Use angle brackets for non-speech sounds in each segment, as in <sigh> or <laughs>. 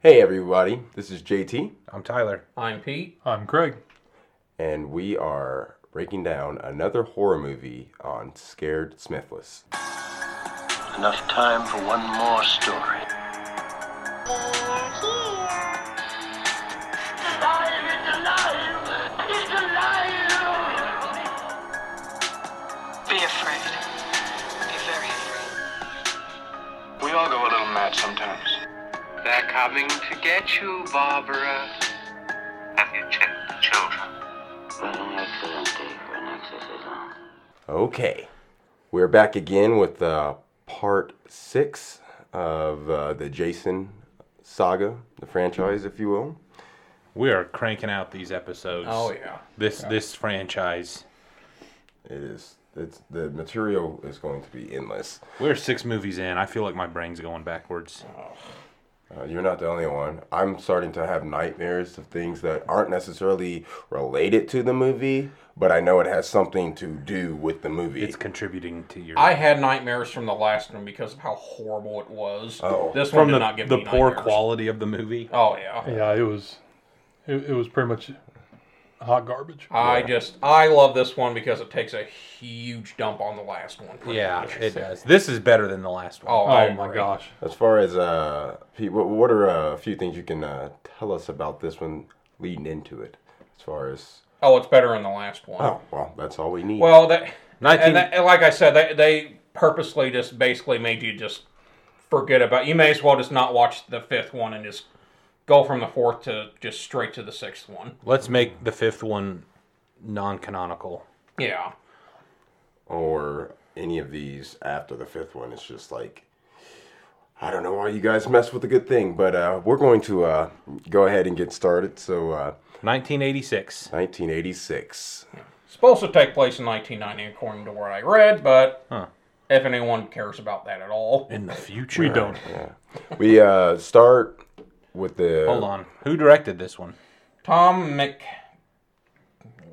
Hey everybody, this is JT, I'm Tyler. I'm Pete. I'm Craig. and we are breaking down another horror movie on Scared Smithless. Enough time for one more story. Be afraid. Be very afraid. We all go a little mad sometimes. They're coming to get you, Barbara. Have you checked the children? Okay, we're back again with uh, part six of uh, the Jason saga, the franchise, if you will. We are cranking out these episodes. Oh yeah. This this franchise. It is, it's the material is going to be endless. We're six movies in. I feel like my brain's going backwards. Oh, Uh, you're not the only one. I'm starting to have nightmares of things that aren't necessarily related to the movie, but I know it has something to do with the movie. It's contributing to your I had nightmares from the last one because of how horrible it was. Oh. this one from did the, not give the me poor nightmares. quality of the movie. Oh yeah. Yeah, it was it, it was pretty much hot garbage. I just I love this one because it takes a huge dump on the last one. pretty Yeah, much. it does. This is better than the last one. Oh, I oh my agree. gosh. As far as uh, Pete, what, what are uh, a few things you can uh, tell us about this one leading into it? As far as Oh, it's better than the last one. oh well, that's all we need. Well, that, 19 and that and like I said, they they purposely just basically made you just forget about. You may as well just not watch the fifth one and just go from the fourth to just straight to the sixth one. Let's make the fifth one non-canonical. Yeah. or any of these after the fifth one, it's just like I don't know why you guys mess with a good thing, but uh, we're going to uh, go ahead and get started. So, uh, 1986. 1986. supposed to take place in 1990 according to what i read but Huh. if anyone cares about that at all In the future. We don't. we uh, start with the Hold on. Who directed this one? tom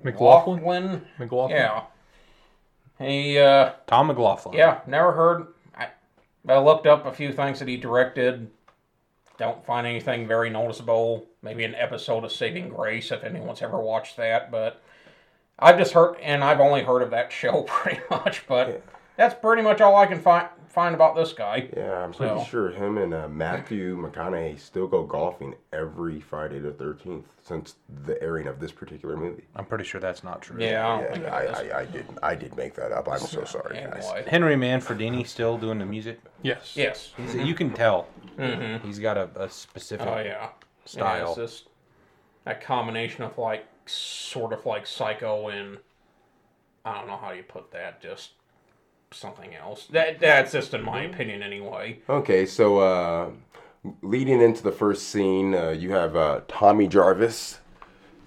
McLaughlin? mclaughlin McLaughlin? yeah he uh Tom McLaughlin. yeah never heard I, I looked up a few things that he directed don't find anything very noticeable maybe an episode of saving grace if anyone's ever watched that but i've just heard and i've only heard of that <laughs> show pretty much but that's pretty much all i can find find about this guy Yeah, I'm pretty So- sure him and uh, Matthew McConaughey still go golfing every Friday the 13th since the airing of this particular movie. I'm pretty sure that's not true. yeah, I don't think And it I, is. I, I did I did make that up. I'm so sorry, guys. Anyway. Henry Manfredini still doing the music. Yes. Yes. He's, You can tell. He's got a, a specific. Oh yeah. Yeah, Mm-hmm. Style. it's just that combination of like sort of like psycho and I don't know how you put that, just something else. That that's just in Mm-hmm. my opinion anyway. Okay, so uh, leading into the first scene, uh, you have uh, Tommy Jarvis,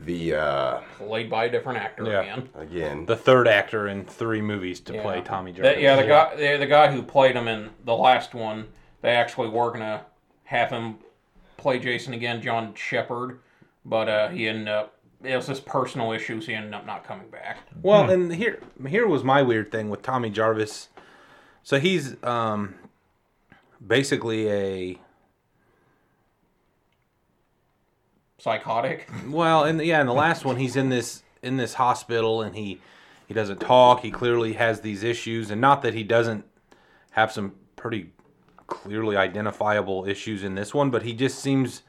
the uh, Played by a different actor Yeah. again. again. the third actor in three movies to play Tommy Jarvis. That- yeah, the guy the, the guy who played him in the last one, they actually were gonna have him play Jason again, John Shepard, but uh, he ended up it was just personal issues. He ended up not coming back. Well, and here here was my weird thing with Tommy Jarvis. So he's um basically a Psychotic. well, and yeah, in the last one he's in this in this hospital and he he doesn't talk. He clearly has these issues, and not that he doesn't have some pretty clearly identifiable issues in this one, but he just seems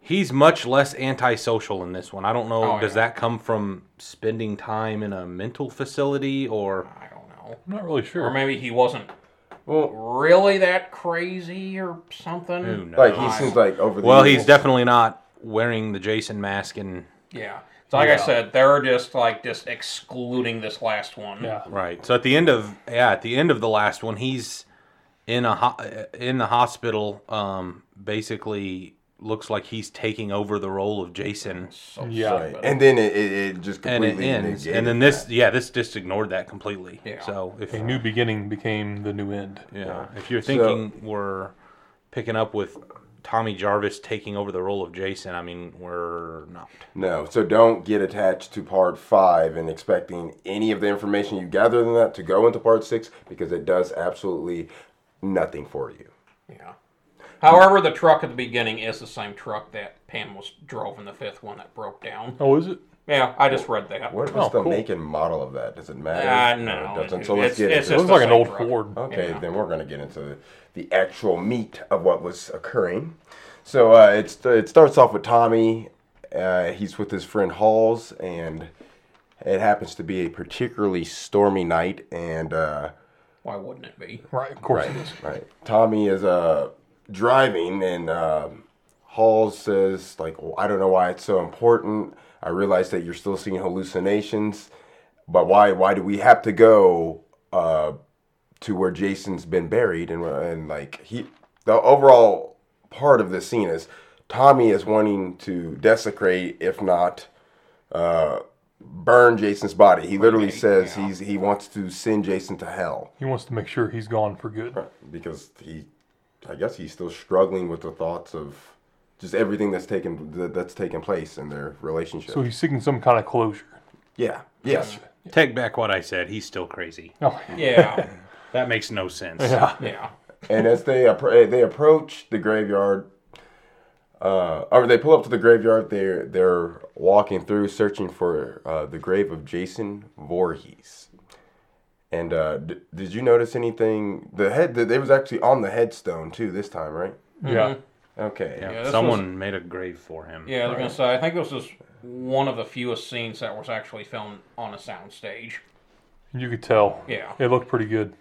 he's much less antisocial in this one. I don't know. Oh, does yeah. that come from spending time in a mental facility or? I don't know. I'm not really Or sure. maybe he wasn't Well, really that crazy or something. Who knows? like he seems like over the Well, he's years- definitely not wearing the Jason mask, and Yeah. So like I Yeah. said, they're just like just excluding this last one. Yeah. right. So at the end of yeah, at the end of the last one, he's in a ho- uh, in the hospital. Um, basically, looks like he's taking over the role of Jason, So Yeah. sick, Right. but- And then it, it, it just and completely it ends. negated And then that. this, yeah, this just ignored that completely. Yeah. So if A new beginning became the new end. yeah, if you're thinking we're picking up with Tommy Jarvis taking over the role of Jason, I mean we're not. No, so don't get attached to part five and expecting any of the information you gather than that to go into part six because it does absolutely nothing for you. yeah. However, the truck at the beginning is the same truck that Pam was drove in the fifth one that broke down. Oh, is it? Yeah, I just read that. What was Oh, the cool. make and model of that? Does it matter? Uh, Or no, It doesn't. it- So let's it's- get it's into It it. just- looks like the an same old truck. Ford. Okay, Yeah. then we're going to get into the, the actual meat of what was occurring. So uh, it's, it starts off with Tommy. Uh, he's with his friend Halls, and it happens to be a particularly stormy night. And uh, Why wouldn't it be? Right, of course it is. right, Tommy is uh, driving, and um Halls says, "Like, well, I don't know why it's so important. I realize that you're still seeing hallucinations, but why? Why do we have to go?" Uh, to where Jason's been buried, and and like he, the overall part of this scene is Tommy is wanting to desecrate, if not, uh, burn Jason's body. He literally says he's he wants to send Jason to hell He wants to make sure he's gone for good. because he, I guess he's still struggling with the thoughts of just everything that's taken that, that's taken place in their relationship. So he's seeking some kind of closure. yeah. Yes. Take back what I said. He's still crazy. Oh, Yeah, <laughs> That makes no sense. yeah. yeah. and as they appro- eh, they approach the graveyard, uh, or they pull up to the graveyard, they're they're walking through searching for uh, the grave of Jason Voorhees. And uh, d- did you notice anything? The head that they was actually on the headstone too this time, right? Yeah. Mm-hmm. Okay. Yeah, Yeah, this someone made a grave for him. Yeah, I was gonna say. I think this is one of the fewest scenes that was actually filmed on a soundstage. You could tell. Yeah. It looked pretty good.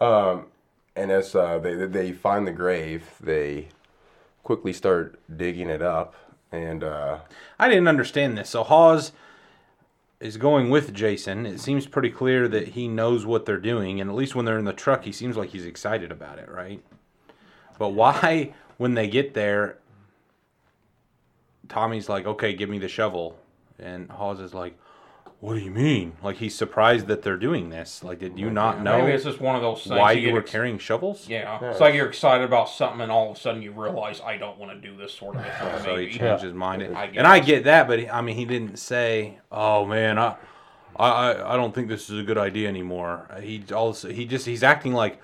And as uh, they they find the grave, they quickly start digging it up, and uh, I didn't understand this. So Hawes is going with Jason. It seems pretty clear that he knows what they're doing, and at least when they're in the truck, he seems like he's excited about it, right? But why, when they get there, Tommy's like, "Okay, give me the shovel," and Hawes is like, "What do you mean?" Like he's surprised that they're doing this. Like, did you not know Maybe it's just one of those things. why you you get were ex- carrying shovels? Yeah. it's like you're excited about something, and all of a sudden you realize I don't want to do this sort of thing. So he Maybe. changed his mind, I and I get that, but he, I mean, he didn't say, "Oh man, I, I, I- I don't think this is a good idea anymore." He also, he just, he's acting like,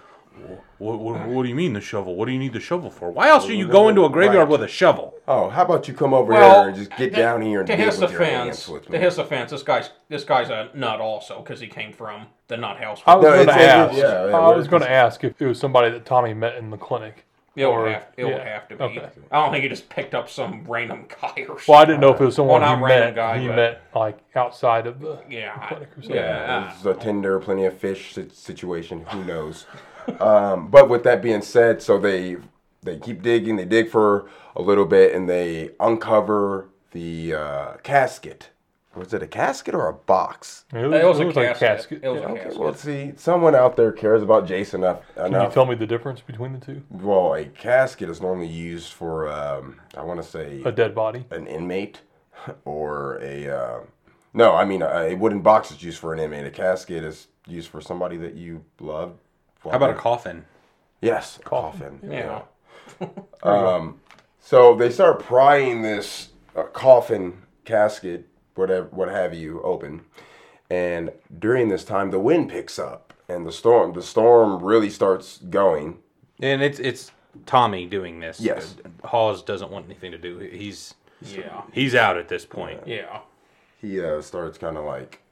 what, what, what do you mean the shovel? What do you need the shovel for? Why else are you going to a graveyard Right. with a shovel? oh, how about you come over Well, here and just get to- down here and to dig his with your defense, hands with me? to his defense, this guy's this guy's a nut also because he came from the nut house. I was No, going to it's- it's- ask. yeah, yeah, I was we're going to ask if it was somebody that Tommy met in the clinic. it or- would have, it would yeah, have to be. okay. I don't think he just picked up some random guy or something. Well, I didn't know if it was someone Well, not he random met. guy, he but- met like outside of the Yeah, uh, I- clinic or something. Yeah, Yeah. it's a tender, plenty of fish si- situation. Who knows? <laughs> um, but with that being said, so they they keep digging. They dig for a little bit, and they uncover the uh, casket. Was it a casket or a box? It It was, it a was casket. It was Yeah. a Okay, casket. well, see, someone out there cares about Jason enough. Can enough you tell me the difference between the two? Well, a casket is normally used for, um, I want to say, A dead body. an inmate <laughs> or a. Uh, no, I mean, a, a wooden box is used for an inmate. A casket is used for somebody that you love. How about a coffin? Yes, a coffin. Yeah. um, so they start prying this uh, coffin, casket, whatever, what have you, open, and during this time, the wind picks up and the storm. The storm really starts going. And it's it's Tommy doing this. Yes. Hawes doesn't want anything to do. He's yeah, he's out at this point. yeah. he uh, starts kind of like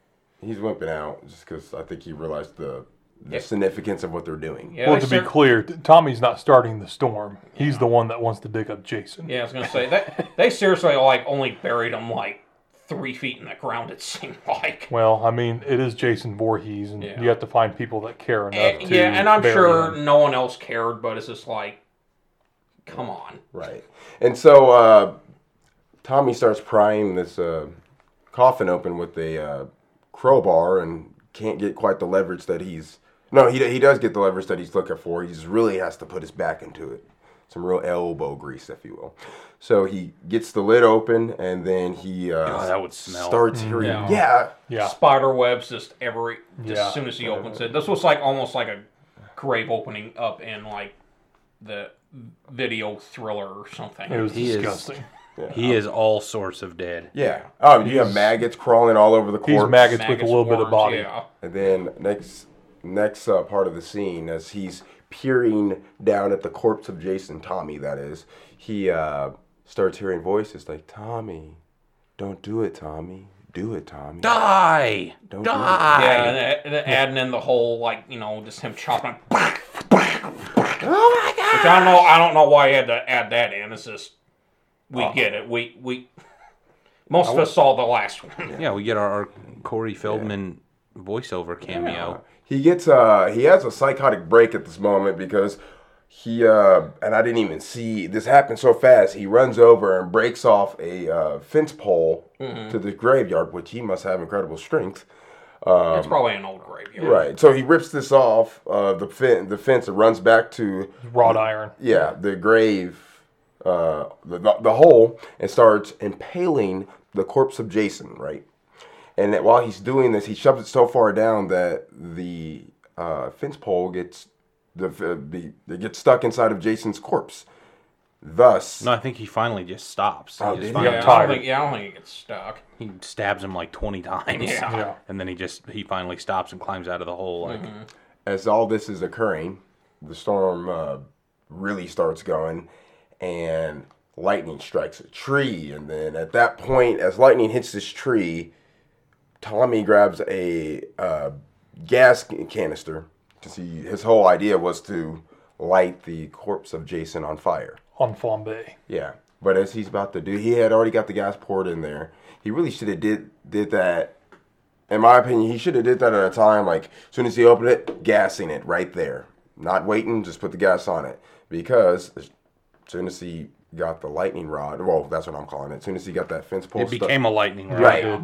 he's wimping out just because I think he realized the the Yeah. significance of what they're doing. Yeah, well, they to be cer- clear, t- Tommy's not starting the storm. He's the one that wants to dig up Jason. Yeah, I was gonna say that they seriously like only buried him like three feet in the ground. It <laughs> seemed like. Well, I mean, it is Jason Voorhees, and Yeah. you have to find people that care enough And- to. yeah, and I'm bury sure him. no one else cared, but it's just like, come on. Right. And so uh, Tommy starts prying this uh, coffin open with a uh, crowbar and can't get quite the leverage that he's. No, he, he does get the leverage that he's looking for. He just really has to put his back into it. Some real elbow grease, if you will. So he gets the lid open and then he uh, Oh, that would smell. starts hearing. Yeah. yeah. Yeah. Spider webs just every just Yeah. as soon as he opens it. This was like almost like a grave opening up in like the video thriller or something. It was He is- disgusting. He is all sorts of dead. Yeah. Oh, you have maggots crawling all over the corpse. He's maggots, with Maggots, a little bit worms, of body. Yeah. And then next next uh, part of the scene as he's peering down at the corpse of Jason Tommy. That is, he uh, starts hearing voices like Tommy, don't do it, Tommy, do it, Tommy. Die! Don't do it. Die! Yeah, and, and adding in the whole like you know just him chopping. Which Oh my God! I don't know. I don't know why I had to add that in. It's just we Uh, get it. We we most of us saw the last one. Yeah, we get our, our Corey Feldman voiceover cameo. He gets uh he has a psychotic break at this moment because he uh and I didn't even see this happen so fast. He runs over and breaks off a uh, fence pole to the graveyard, which he must have incredible strength. Um, it's probably an old graveyard. Right. So he rips this off uh, the fence, the fence, and runs back to Wrought iron. yeah the grave, uh, the, the the hole, and starts impaling the corpse of Jason. Right. And that while he's doing this, he shoves it so far down that the uh, fence pole gets the, the it gets stuck inside of Jason's corpse. Thus, No, I think he finally just stops. Oh, he did he? just finally, Yeah, I tired. don't think, yeah, I don't think it gets stuck. he stabs him like twenty times. Yeah. Mm-hmm. Yeah. <laughs> And then he just he finally stops and climbs out of the hole like as all this is occurring, the storm uh, really starts going, and lightning strikes a tree. And then at that point, as lightning hits this tree, Tommy grabs a uh, gas can- canister because he his whole idea was to light the corpse of Jason on fire. on flambe. Yeah, but as he's about to do, he had already got the gas poured in there. He really should have did did that. In my opinion, he should have did that at a time like as soon as he opened it, gassing it right there, not waiting. Just put the gas on it because as soon as he got the lightning rod, well, that's what I'm calling it. As soon as he got that fence pole, it stuck- became a lightning rod. right.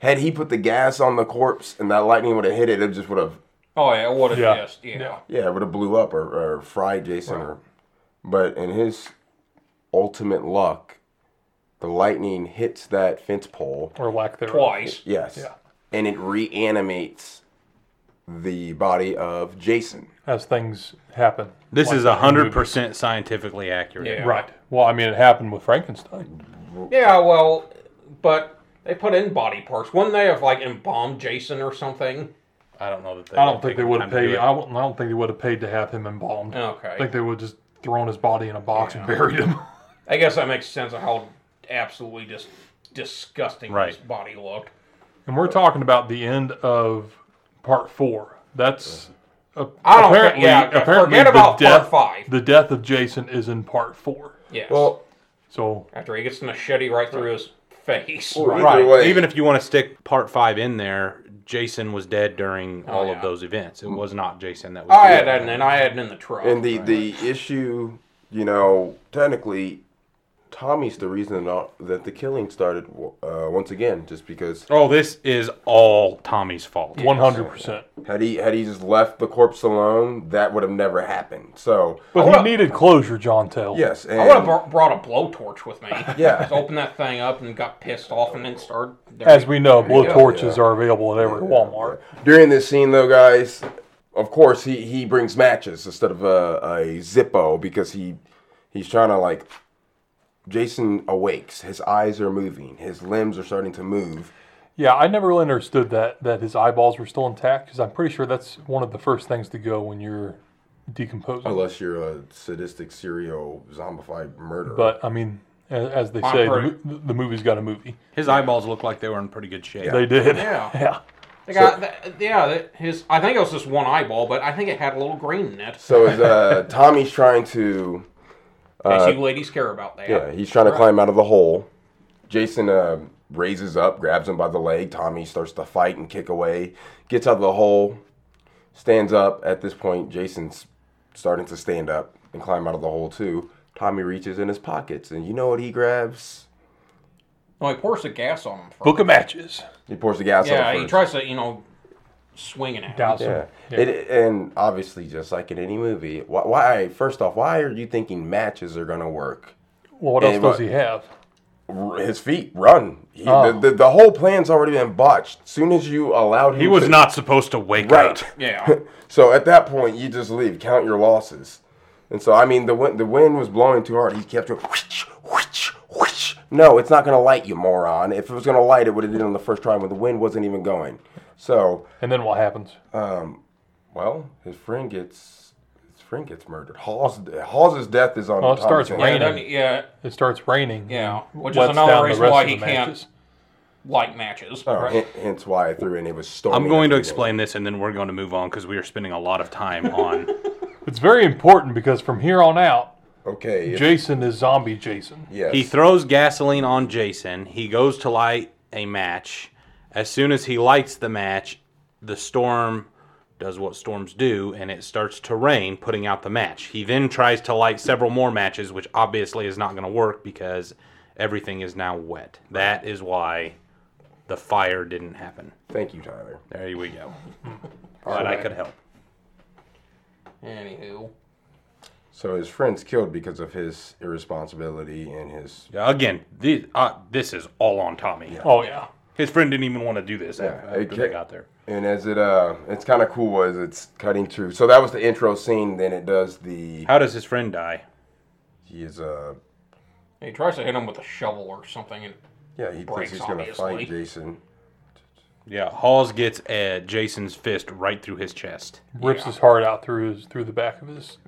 Had he put the gas on the corpse and that lightning would have hit it, it just would have Oh yeah, what a Yeah. just yeah. yeah, it would have blew up or, or fried Jason. Or, but in his ultimate luck, the lightning hits that fence pole. Or lack thereof. Twice. Yes. Yeah. And it reanimates the body of Jason. As things happen. This Like is in is hundred movies. percent scientifically accurate. Yeah. Right. Well, I mean, it happened with Frankenstein. Yeah, well, but they put in body parts. Wouldn't they have like embalmed Jason or something? I don't know that they I don't think they would have time to do paid. it. I don't, I don't think they would have paid to have him embalmed. Okay. I think they would have just thrown his body in a box and buried him. I guess that makes sense of how absolutely just disgusting Right. his body looked. and we're talking about the end of part four. That's a, I don't apparently, think- yeah, yeah, apparently forget the about part death, five. The death of Jason is in part four. Yes. Well, So after he gets the machete right through his face. either Right. way, Even if you want to stick part five in there, Jason was dead during all Oh, yeah. of those events. Mm. It was not Jason that was. I had dead. that, and then I had it in the truck. and the the issue, you know, technically, Tommy's the reason that- that the killing started uh, once again, just because Oh, this is all Tommy's fault. one hundred percent. had he had he just left the corpse alone, that would have never happened. So But wanna- he needed closure, John Tell. yes, and I would have br- brought a blowtorch with me. Yeah. Just opened that thing up and got pissed off and then started. there As you- we know, you go. blowtorches torches are available at every Walmart. During this scene, though, guys, of course he he brings matches instead of a, a Zippo because he he's trying to like. Jason awakes. His eyes are moving. His limbs are starting to move. Yeah, I never really understood that that his eyeballs were still intact because I'm pretty sure that's one of the first things to go when you're decomposing. Unless you're a sadistic serial zombified murderer. But I mean, as, as they I'm say, the, pretty- mo- the movie's got a movie. His eyeballs looked like they were in pretty good shape. They did. Yeah. <laughs> yeah. They got, th- yeah, th- his. I think it was just one eyeball, but I think it had a little green in it. so is uh, Tommy's trying to As you ladies care about that. Yeah, he's trying to climb out of the hole. Jason uh, raises up, grabs him by the leg. Tommy starts to fight and kick away. Gets out of the hole, stands up. At this point, Jason's starting to stand up and climb out of the hole too. Tommy reaches in his pockets, and you know what he grabs? No, he pours the gas on him. First. Book of matches. He pours the gas on Yeah, him he first. tries to, you know, swing it at him. Douse Yeah. 'em. Yeah. It, and obviously, just like in any movie, why, why? First off, why are you thinking matches are gonna work? Well, what And else does what- he have? R- His feet run. He, Oh. the, the, the whole plan's already been botched. Soon as you allowed him, He was to- not supposed to wake right. up. <laughs> Yeah. So at that point, you just leave. Count your losses. And so I mean, the wind, the wind was blowing too hard. He kept going. Whoosh, whoosh, whoosh. No, it's not gonna light you, moron. If it was gonna light, it would have did it on the first try when the wind wasn't even going. So, And then what happens? well, his friend gets his Frank gets murdered. Hall's Hall's death is on. Well, it top starts of Yeah, things. raining. then- yeah, It starts raining. Yeah, and which is lets another down the reason rest why of he the can't- matches. like matches. Oh, right? hen- hence why I threw in. It was storming. I'm going to everything. explain this, and then we're going to move on because we are spending a lot of time on. It's very important because from here on out, Okay. if- Jason is zombie Jason. yes. He throws gasoline on Jason. He goes to light a match. As soon as he lights the match, the storm does what storms do and it starts to rain, putting out the match. He then tries to light several more matches, which obviously is not going to work because everything is now wet. That is why the fire didn't happen. Thank you, Tyler. There we go. Glad I could help. Anywho, So his friend's killed because of his irresponsibility and his. Yeah, Again, this, uh, this is all on Tommy. Oh yeah. His friend didn't even want to do this after, it after they ca- got there. And as it uh, it's kind of cool as it's cutting through. So that was the intro scene. Then it does the. How does his friend die? He is uh, he tries to hit him with a shovel or something, and yeah. He thinks Breaks, he's gonna obviously. fight Jason. Yeah, Halls gets uh, Jason's fist right through his chest. Rips his heart out through his through the back of his.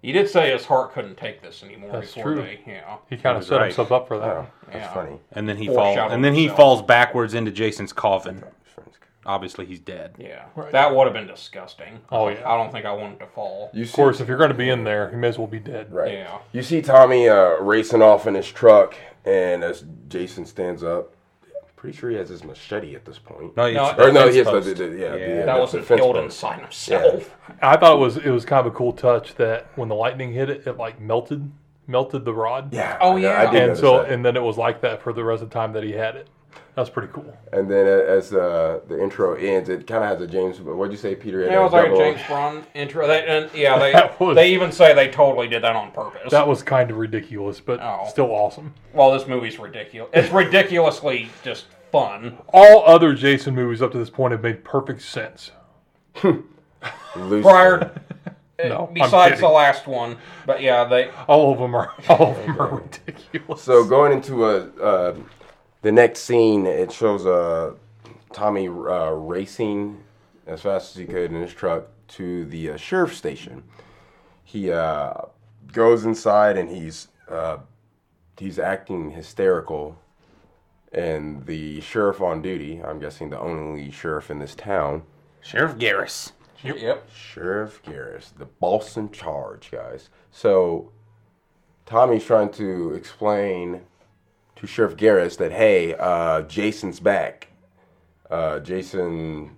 he did say his heart couldn't take this anymore. That's before true. They, yeah, He kind of was set right. himself up for that. Oh, that's Yeah. funny. And then he Or falls shot and then he himself. falls backwards into Jason's coffin. His friend's killed. Obviously he's dead. yeah, Right. that would have been disgusting. Oh, yeah. I don't think I wanted to fall. You Of course, if you're going to be in there, you may as well be dead. Right. Yeah. You see Tommy uh, racing off in his truck, and as Jason stands up, pretty sure he has his machete at this point. No, Oh, it's- or no, he has the, fence the, the- post. yeah, Yeah. the, uh, that the wasn't fence killed post. inside himself. I thought it was it was kind of a cool touch that when the lightning hit it, it like melted melted the rod. Yeah. Oh, I- yeah. I did And notice so that. and then it was like that for the rest of the time that he had it. That's pretty cool. and then a- as uh, the intro ends, it kind of has a James. What'd you say, Peter? It Yeah, it had was like a double- James Brown intro. They, and <laughs> yeah, That they was- they even say they totally did that on purpose. That was kind of ridiculous, but Oh. still awesome. well, this movie's ridiculous. It's ridiculously just fun. All other Jason movies up to this point have made perfect sense. Loose- <laughs> Prior, no, I'm Eh, besides the kidding. last one, but yeah, they all of them are all of them are ridiculous. So going into a, uh, the next scene, it shows uh, Tommy uh, racing as fast as he could in his truck to the uh, sheriff's station. He uh, goes inside and he's uh, he's acting hysterical, and the sheriff on duty, I'm guessing the only sheriff in this town, Sheriff Garris. yep. Sheriff Garris, the boss in charge, guys. So Tommy's trying to explain to Sheriff Garris that hey, uh, Jason's back. Uh, Jason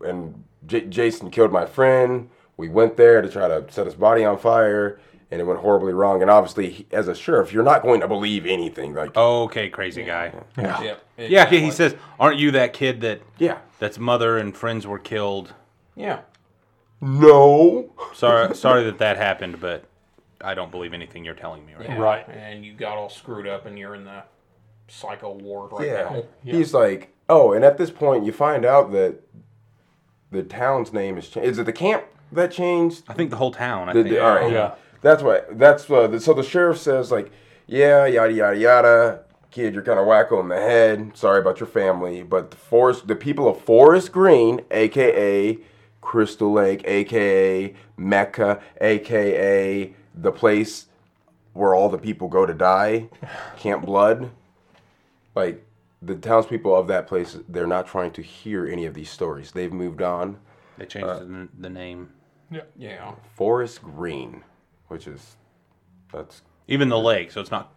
and J- Jason killed my friend. We went there to try to set his body on fire, and it went horribly wrong. And obviously, he- as a sheriff, you're not going to believe anything. Like, Okay, crazy guy. Yep. Oh, Yeah, he says, "Aren't you that kid that yeah, that's mother and friends were killed?" Yeah. no. <laughs> Sorry, sorry that that happened, but I don't believe anything you're telling me right now. Right. And you got all screwed up and you're in the psycho ward right Yeah. now. He's like, oh, and at this point, you find out that the town's name is changed. Is it the camp that changed? I think the whole town. I The- think. the- all right. Yeah. That's why. That's uh, the, so the sheriff says like, yeah, yada yada yada. Kid, you're kind of wacko in the head. Sorry about your family, but the forest, the people of Forest Green, aka Crystal Lake, aka Mecca, aka the place where all the people go to die, Camp Blood. Like the townspeople of that place, they're not trying to hear any of these stories. They've moved on. They changed Uh, the, the name. Yeah. Forest Green, which is that's Even the lake, so it's not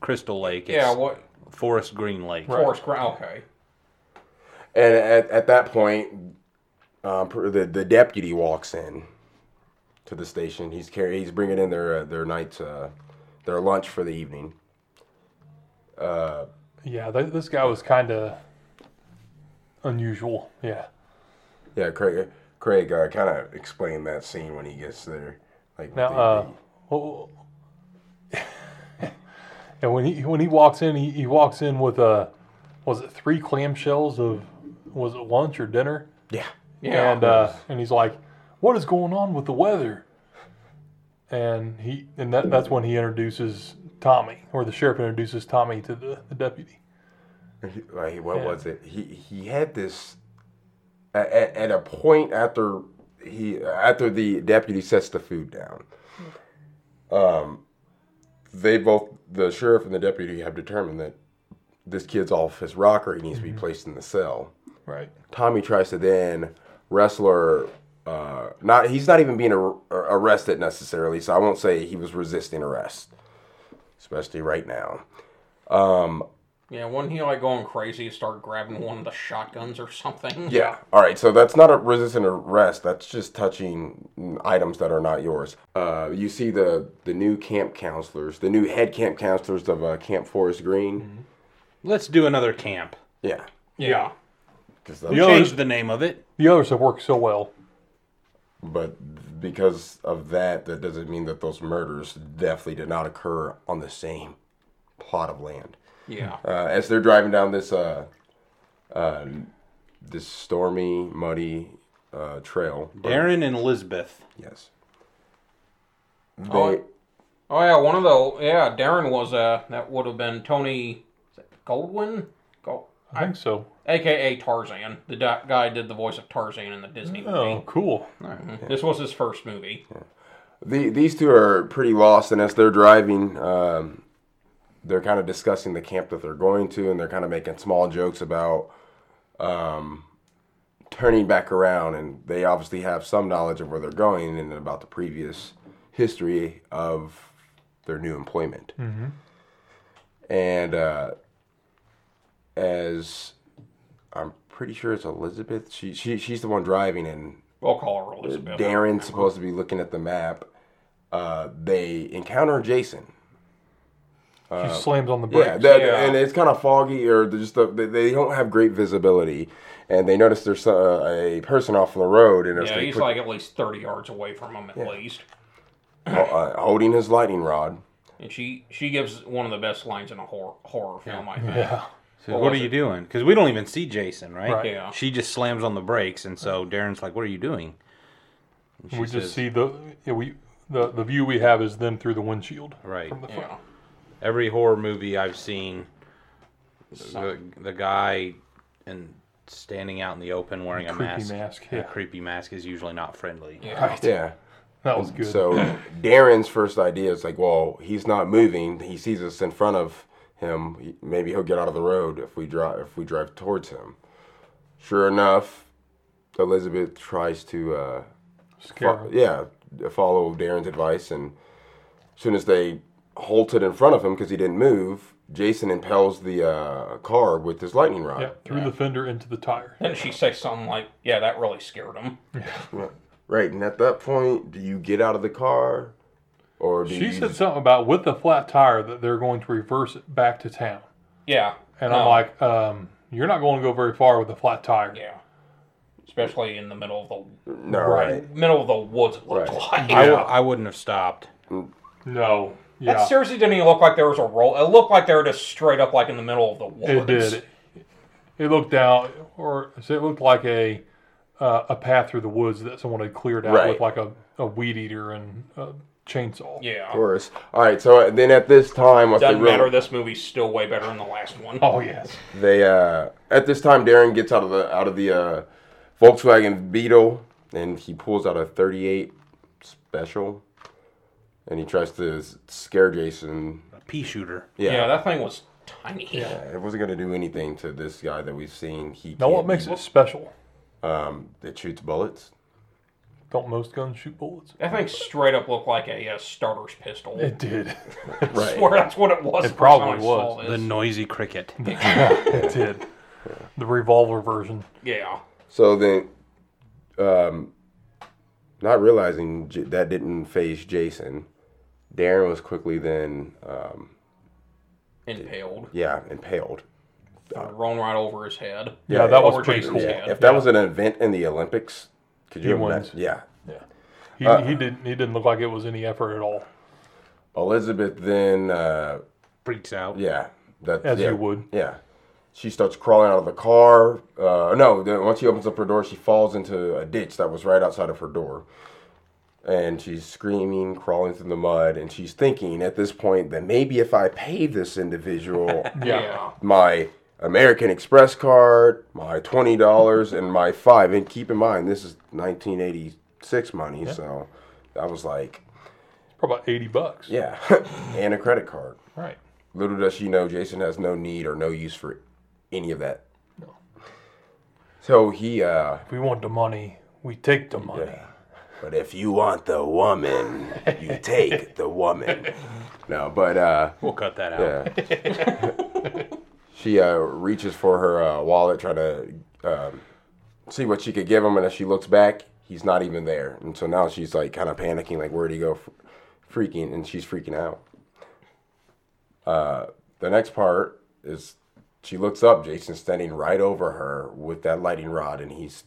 Crystal Lake. It's Yeah, what Forest Green Lake. Forest Gr- okay. And at, at that point, um, pr- the the deputy walks in to the station. He's carry, he's bringing in their uh, their night's uh, their lunch for the evening. Yeah, th- this guy was kind of unusual. Yeah. Yeah, Craig Craig uh, kind of explained that scene when he gets there. Like Now, they- uh, well, <laughs> and when he when he walks in, he, he walks in with a was it three clamshells of was it lunch or dinner? yeah, Yeah. And uh, and he's like, "What is going on with the weather?" And he and that, that's when he introduces Tommy, or the sheriff introduces Tommy to the, the deputy. He- like what Yeah. was it? He he had this at, at, at a point after he after the deputy sets the food down. Um, they both the sheriff and the deputy have determined that this kid's off his rocker. He needs to be placed in the cell. Mm-hmm. Right. Tommy tries to then wrestler. Uh, not he's not even being ar- arrested necessarily, so I won't say he was resisting arrest, especially right now. Yeah, wasn't he like going crazy and start grabbing one of the shotguns or something? Yeah. All right. So that's not a resistant arrest. That's just touching items that are not yours. Uh, you see the the new camp counselors, the new head camp counselors of uh, Camp Forest Green. Let's do another camp. Yeah. Yeah. 'Cause The that's- other- Change the name of it. The others have worked so well. but because of that, that doesn't mean that those murders definitely did not occur on the same plot of land. Yeah. uh, as they're driving down this uh, uh, this stormy, muddy uh, trail. Darren and Elizabeth. Yes. They, Oh, I- Oh yeah, one of the yeah, Darren was uh that would have been Tony is it Goldwyn, Gold, I think so. aka Tarzan. The da- guy did the voice of Tarzan in the Disney Oh, movie. Mm-hmm. cool. This was his first movie. the, these two are pretty lost, and as they're driving, um, they're kind of discussing the camp that they're going to, and they're kind of making small jokes about um, turning back around. And they obviously have some knowledge of where they're going and about the previous history of their new employment. And uh, as I'm pretty sure it's Elizabeth, she, she she's the one driving, and We'll call her Elizabeth. Darren's supposed to be looking at the map. Uh, they encounter Jason. she slams on the brakes. Yeah, that, yeah. and it's kind of foggy, or they're just uh, they, they don't have great visibility, and they notice there's uh, a person off on the road, and as Yeah, they he's quick- like at least thirty yards away from him at least. uh, holding his lightning rod. And she she gives one of the best lines in a horror horror film, I think. yeah. So what are you doing? Because we don't even see Jason, right? Right. Yeah. She just slams on the brakes, and so Darren's like, "What are you doing?" And she we just says- see the yeah, we the the view we have is them through the windshield. Right. From the front. Yeah. every horror movie I've seen, the, the guy and standing out in the open wearing a Creepy mask, mask, a yeah. creepy mask is usually not friendly. Yeah. Right. Yeah. That was good. So Darren's first idea is like, well, he's not moving. He sees us in front of him. Maybe he'll get out of the road if we drive if we drive towards him. Sure enough, Elizabeth tries to. Uh, Scare Fo- him. yeah, follow Darren's advice. And as soon as they halted in front of him because he didn't move, Jason impels the uh, car with his lightning rod. Yeah, through the fender into the tire. Then she says something like, Yeah, that really scared him. Right, and at that point, do you get out of the car, or do She you? said something about with the flat tire that they're going to reverse it back to town. Yeah. And I'm No. like, um, you're not going to go very far with a flat tire. Yeah. Especially in the middle of the no, right. middle of the woods it looked Right. like. I, w- I wouldn't have stopped. No. Yeah. That seriously didn't even look like there was a roll. It looked like they were just straight up like in the middle of the it woods. did. It, it looked down, or so it looked like a uh, a path through the woods that someone had cleared out Right. with like a, a weed eater and a chainsaw. Of Yeah. course. All right. So uh, then, at this time, once they Doesn't matter. real- This movie's still way better than the last one. Oh yes. they uh, at this time Darren gets out of the out of the uh, Volkswagen Beetle and he pulls out a 38 special, and he tries to s- scare Jason. A pea shooter. yeah. that thing was tiny. Yeah. Yeah, It wasn't gonna do anything to this guy that we've seen. He Now what can't makes beat. it special? Um, it shoots bullets. Don't most guns shoot bullets? That thing straight up looked like a, uh starter's pistol. It did. <laughs> I swear that's what it was. the It first probably time I saw was. this. The noisy cricket. <laughs> it did. <laughs> The revolver version. yeah. So then, um, not realizing J- that didn't phase Jason, Darren was quickly then, um, Impaled. yeah, impaled. Thrown right over his head. Yeah, that was Over pretty Jason's cool. head. If that was an event in the Olympics, could you He imagine? wins. Yeah. He, he didn't he didn't look like it was any effort at all. Elizabeth then, uh, Freaks out. yeah, that As yeah, you would. Yeah. She starts crawling out of the car. Uh, no, then once she opens up her door, she falls into a ditch that was right outside of her door. And she's screaming, crawling through the mud, and she's thinking at this point that maybe if I pay this individual Yeah. Yeah. my American Express card, my twenty dollars, and my five, and keep in mind this is 1986, six money, so I was like, Probably 80 bucks. yeah, <laughs> and a credit card. Right. Little does she know, Jason has no need or no use for any of that. So he, uh, If we want the money, we take the money. but if you want the woman, you take the woman. No, but uh, We'll cut that out. yeah. she uh, reaches for her uh, wallet, trying to um, see what she could give him, and as she looks back, he's not even there. And so now she's like kind of panicking, like, where'd he go? F- Freaking, and she's freaking out. Uh, the next part is she looks up, Jason's standing right over her with that lighting rod, and he's,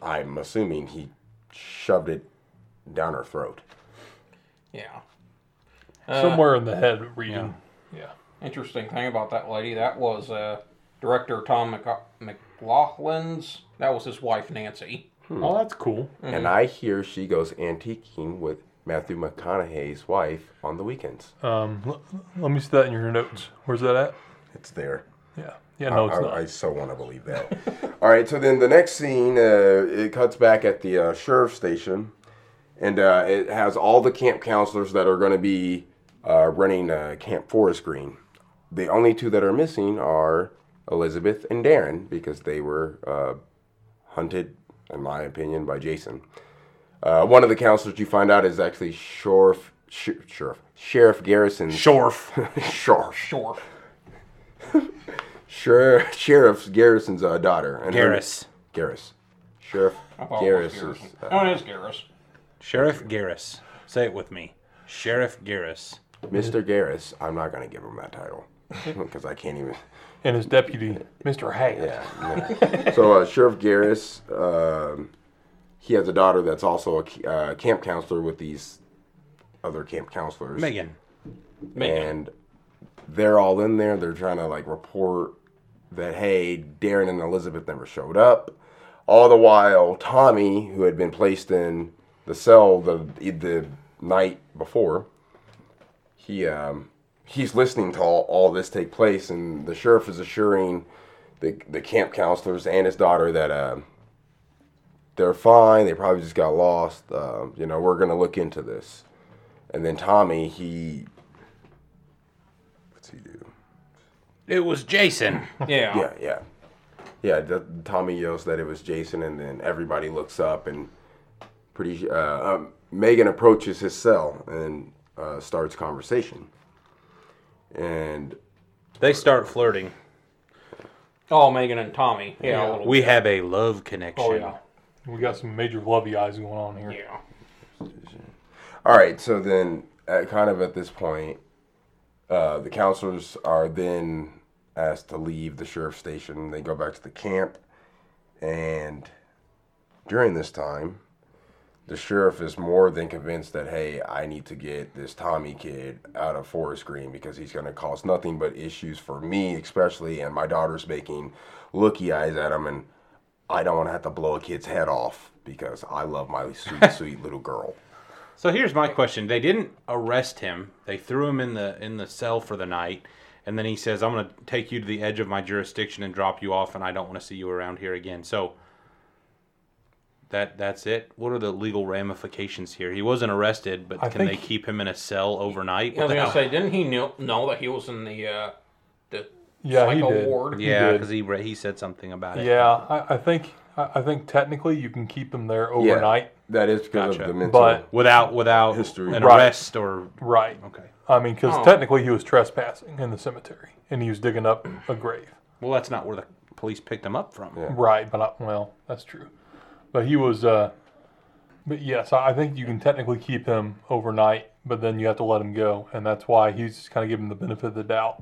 I'm assuming, he shoved it down her throat. Yeah. Uh, Somewhere in the head region. Yeah. Interesting thing about that lady, that was uh, director Tom Mc- McLaughlin's. That was his wife, Nancy. Oh, that's cool. And I hear she goes antiquing with Matthew McConaughey's wife on the weekends. Um, l- let me see that in your notes. Where's that at? It's there. Yeah. Yeah, no, it's I, not. I so want to believe that. <laughs> All right, so then the next scene, uh, it cuts back at the uh, sheriff's station, and uh, it has all the camp counselors that are going to be uh, running uh, Camp Forest Green. The only two that are missing are Elizabeth and Darren because they were uh, hunted, in my opinion, by Jason. Uh, one of the counselors you find out is actually Sheriff Sh- Sheriff Sheriff Garrison. <laughs> Shorf. Sheriff Sure. Sher- <laughs> Sheriff Garrison's uh, daughter. And her- Garris. Garris. Sheriff I thought it was Garris. Garrison. is- uh, Oh, it is Garris. Sheriff Garris. Say it with me. Sheriff Garris. Mr. Garris. I'm not going to give him that <laughs> title <laughs> because I can't even. and his deputy, Mr. Hayes. Yeah. no. so uh, Sheriff Garris, um, he has a daughter that's also a c- uh, camp counselor with these other camp counselors. Megan. and they're all in there. They're trying to like report that hey, Darren and Elizabeth never showed up. All the while, Tommy, who had been placed in the cell the the night before, he um he's listening to all, all this take place, and the sheriff is assuring the the camp counselors and his daughter that um. They're fine. They probably just got lost. Uh, you know, we're gonna look into this. And then Tommy, he What's he do? It was Jason. Yeah. Yeah, yeah. Yeah, the, Tommy yells that it was Jason, and then everybody looks up, and pretty uh, um, Megan approaches his cell and uh, starts conversation. And They start flirting. Oh, Megan and Tommy. Yeah. a little We have a love connection. Oh, yeah. We got some major lovey eyes going on here. Yeah. all right, so then at kind of at this point, uh, the counselors are then asked to leave the sheriff's station. They go back to the camp, and during this time, the sheriff is more than convinced that hey, I need to get this Tommy kid out of Forest Green because he's going to cause nothing but issues for me, especially, and my daughter's making looky eyes at him, and I don't want to have to blow a kid's head off because I love my sweet, sweet little girl. So here's my question. They didn't arrest him. They threw him in the in the cell for the night, and then he says, "I'm going to take you to the edge of my jurisdiction and drop you off, and I don't want to see you around here again." So that that's it. What are the legal ramifications here? He wasn't arrested, but I can they think- keep him in a cell overnight? I was going to without- say, didn't he know, know that he was in the, uh, the Yeah, he psycho did. ward? yeah, did. because he re- he said something about it. Yeah, I, I think I I think technically you can keep him there Yeah, overnight. that is because Gotcha. of the mental. But without without History. an Right. arrest or Right. okay. I mean, because Oh. technically he was trespassing in the cemetery and he was digging up a grave. Well, that's not where the police picked him up from. Right, but I, well, that's true. But he was. Uh, but yes, I I think you can technically keep him overnight, but then you have to let him go, and that's why he's kind of given the benefit of the doubt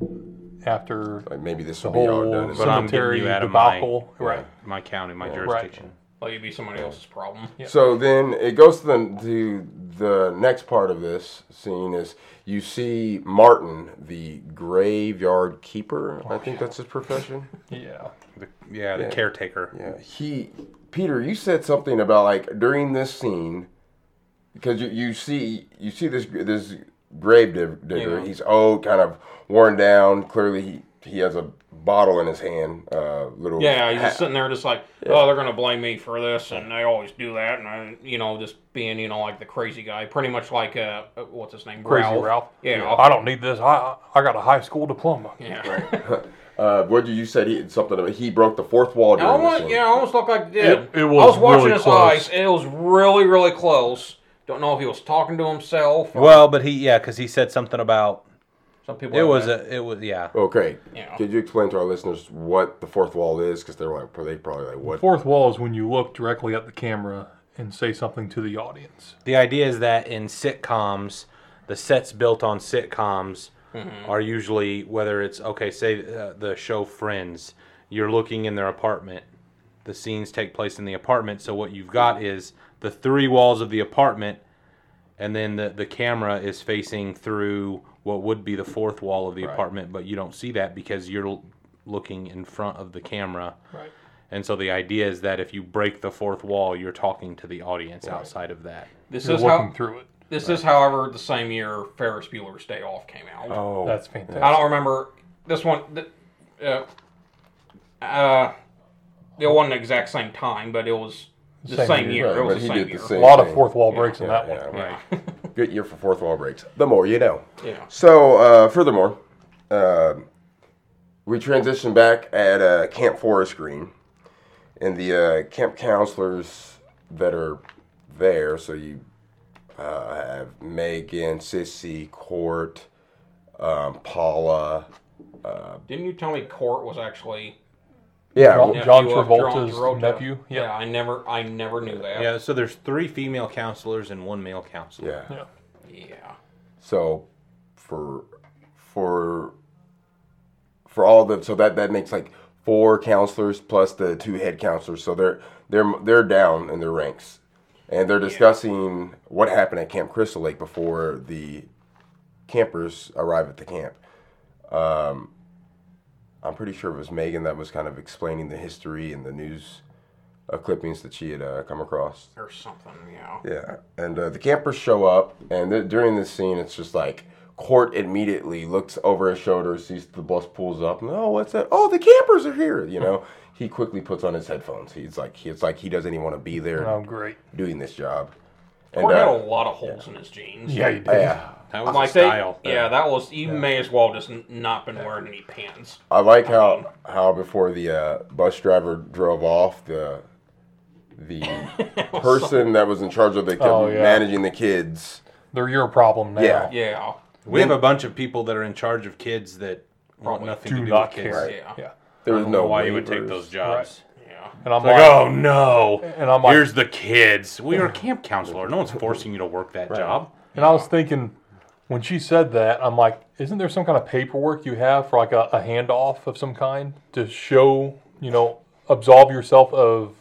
after like maybe this the will be all whole done. in- But I'm getting cemetery you out of debacle. my- Right. My county, my jurisdiction. Well, you'd be somebody else's problem. So then it goes to the, to the next part of this scene is you see Martin, the graveyard keeper. I think that's his profession. Yeah. The- yeah, the caretaker. Yeah, he, Peter, you said something about like during this scene, because you, you see you see this this grave dig- digger. Yeah. He's old, kind of worn down. Clearly, he he has a bottle in his hand, uh, little Yeah, he's hat. just sitting there, just like, oh, they're gonna blame me for this, and they always do that, and I, you know, just being, you know, like the crazy guy, pretty much like uh, what's his name, Crazy Ralph. Yeah, I don't need this. I I got a high school diploma. yeah. <laughs> Uh, what did you said? He something. about- He broke the fourth wall I during this almost, scene. Oh, yeah, I almost looked like yeah. It- it was I was watching really his close. eyes. It was really, really close. Don't know if he was talking to himself. Or Well, but he yeah, because he said something about some people. it like was that. a it was yeah. Okay. Yeah. Oh, Could you explain to our listeners what the fourth wall is? Because they're like, they probably like, what? Fourth wall is when you look directly at the camera and say something to the audience. The idea is that in sitcoms, the sets built on sitcoms are usually whether it's okay, say uh, the show Friends, you're looking in their apartment. The scenes take place in the apartment, so what you've got is the three walls of the apartment, and then the the camera is facing through what would be the fourth wall of the apartment, but you don't see that because you're l- looking in front of the camera. Right. And so the idea is that if you break the fourth wall, you're talking to the audience outside of that. This You're is looking how. through it. This is, however, the same year Ferris Bueller's Day Off came out. Oh, That's fantastic. I don't remember this one. th- Uh, uh, it wasn't the exact same time, but it was the same, Same year. year. Right, It but was the he same did the year. A same. lot of fourth wall breaks in that yeah, one. right. Right. <laughs> Good year for fourth wall breaks. The more you know. Yeah. So, uh, furthermore, uh, we transition back at uh, Camp Forest Green, and the uh, camp counselors that are there. So you uh, have Megan, Sissy, Court, um, Paula. Didn't you tell me Court was actually Yeah, John, nephew John of Travolta's Travolta? nephew. Yeah. Yeah. I never, I never knew that. Yeah, so there's three female counselors and one male counselor. yeah. yeah. yeah. So for for for all the so that that makes like four counselors plus the two head counselors. So they're they're they're down in their ranks, and they're discussing what happened at Camp Crystal Lake before the campers arrive at the camp. Um, I'm pretty sure it was Megan that was kind of explaining the history and the news uh, clippings that she had uh, come across. or something. Yeah. Yeah, and uh, the campers show up, and th- during this scene, it's just like Court immediately looks over his shoulder, sees the bus pulls up, and oh, what's that? Oh, the campers are here. You <laughs> know, he quickly puts on his headphones. He's like, he, it's like he doesn't even want to be there Oh, great. doing this job. Oh, And Court had a uh, lot of holes in his jeans. Yeah, you did. yeah, That was Like a style. They, yeah, that was. He may as well just n- not been wearing any pants. I like how how before the uh, bus driver drove off, the the <laughs> person that was in charge of the Oh, yeah. managing the kids. They're your problem now. Yeah. Yeah. we have a bunch of people that are in charge of kids that want nothing Oh, Do to do not with kids. care. Yeah. Yeah. There I was don't no know why you would take waivers. those jobs. Yeah. And I'm Like, like, oh no! And I'm like- here's the kids. We are a camp counselor. No one's forcing you to work that job. And I was thinking, when she said that, I'm like, isn't there some kind of paperwork you have for like a, a handoff of some kind to show, you know, absolve yourself of,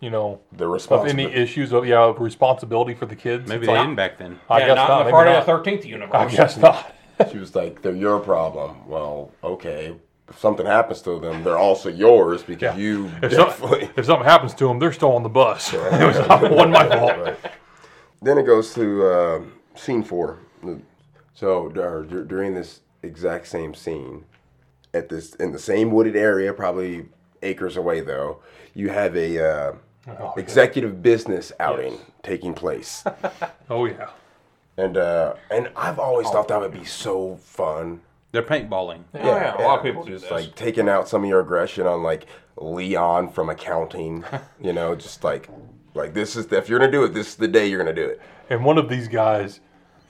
you know, The of response. any issues of, yeah, of responsibility for the kids? Maybe It's they like, didn't back then. I yeah, guess not, not. in the maybe Friday not. the Thirteenth universe. I guess not. <laughs> She was like, "They're your problem." Well, okay. If something happens to them, they're also yours because Yeah. you If, some- <laughs> definitely. if something happens to them, they're still on the bus. <laughs> it was not, it wasn't my fault. Then it goes to uh, scene four. So dur- dur- during this exact same scene, at this in the same wooded area, probably acres away though, you have a uh, executive business outing taking place, Oh, yeah. and uh, and I've always thought that would be so fun. They're paintballing. Oh, Yeah, a lot of people do just this. like taking out some of your aggression on like Leon from accounting. you know, just like like this is if you're gonna do it, this is the day you're gonna do it. And one of these guys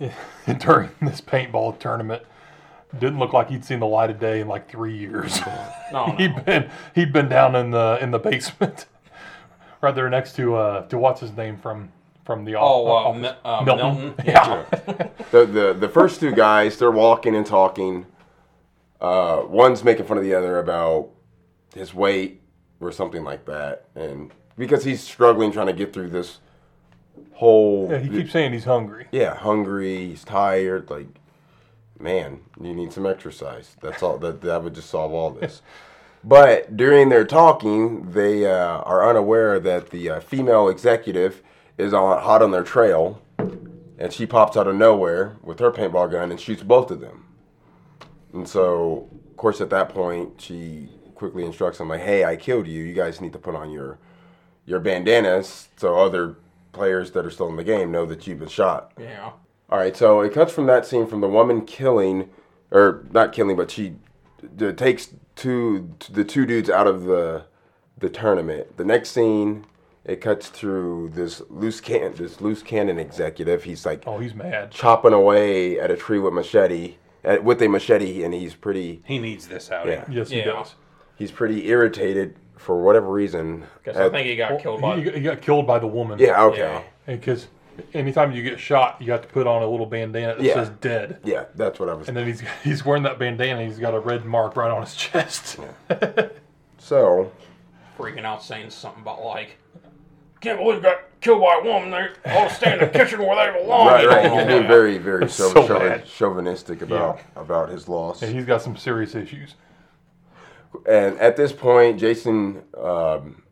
<laughs> during this paintball tournament didn't look like he'd seen the light of day in like three years. <laughs> no, Oh, no. he'd been he'd been down in the in the basement, <laughs> right there next to uh to what's his name from from the Oh, uh, off- Mi- office. uh, Milton. Milton. <laughs> Yeah. The the the first two guys, they're walking and talking. Uh, one's making fun of the other about his weight or something like that, and because he's struggling trying to get through this whole yeah, he keeps saying he's hungry. yeah, hungry, he's tired, like man, you need some exercise. That's all that that would just solve all this. But during their talking, they uh, are unaware that the uh, female executive is on hot on their trail, and she pops out of nowhere with her paintball gun and shoots both of them. And so, of course, at that point, she quickly instructs him like, "Hey, I killed you. You guys need to put on your your bandanas so other players that are still in the game know that you've been shot." Yeah. All right, so it cuts from that scene from the woman killing, or not killing, but she d- takes two the two dudes out of the the tournament. The next scene, it cuts through this loose can this loose cannon executive. He's like Oh, he's mad. <laughs> chopping away at a tree with machete at, with a machete, and he's pretty He needs this out. yeah Yes, he Yeah. does. he's pretty irritated for whatever reason. Because I At- think he got killed by. He, he got killed by the woman. yeah, okay, Yeah. yeah. Because anytime you get shot, you have to put on a little bandana that Yeah. says dead. that's what I was. And then he's <laughs> he's wearing that bandana. He's got a red mark right on his <laughs> chest. So freaking out saying something about like can't believe you got killed by a woman they all stay in the kitchen where they belong right, you right, know? he's being very, <laughs> very Oh, so chau- chau- bad. chauvinistic about about his loss. And he's got some serious issues. And at this point, Jason, um,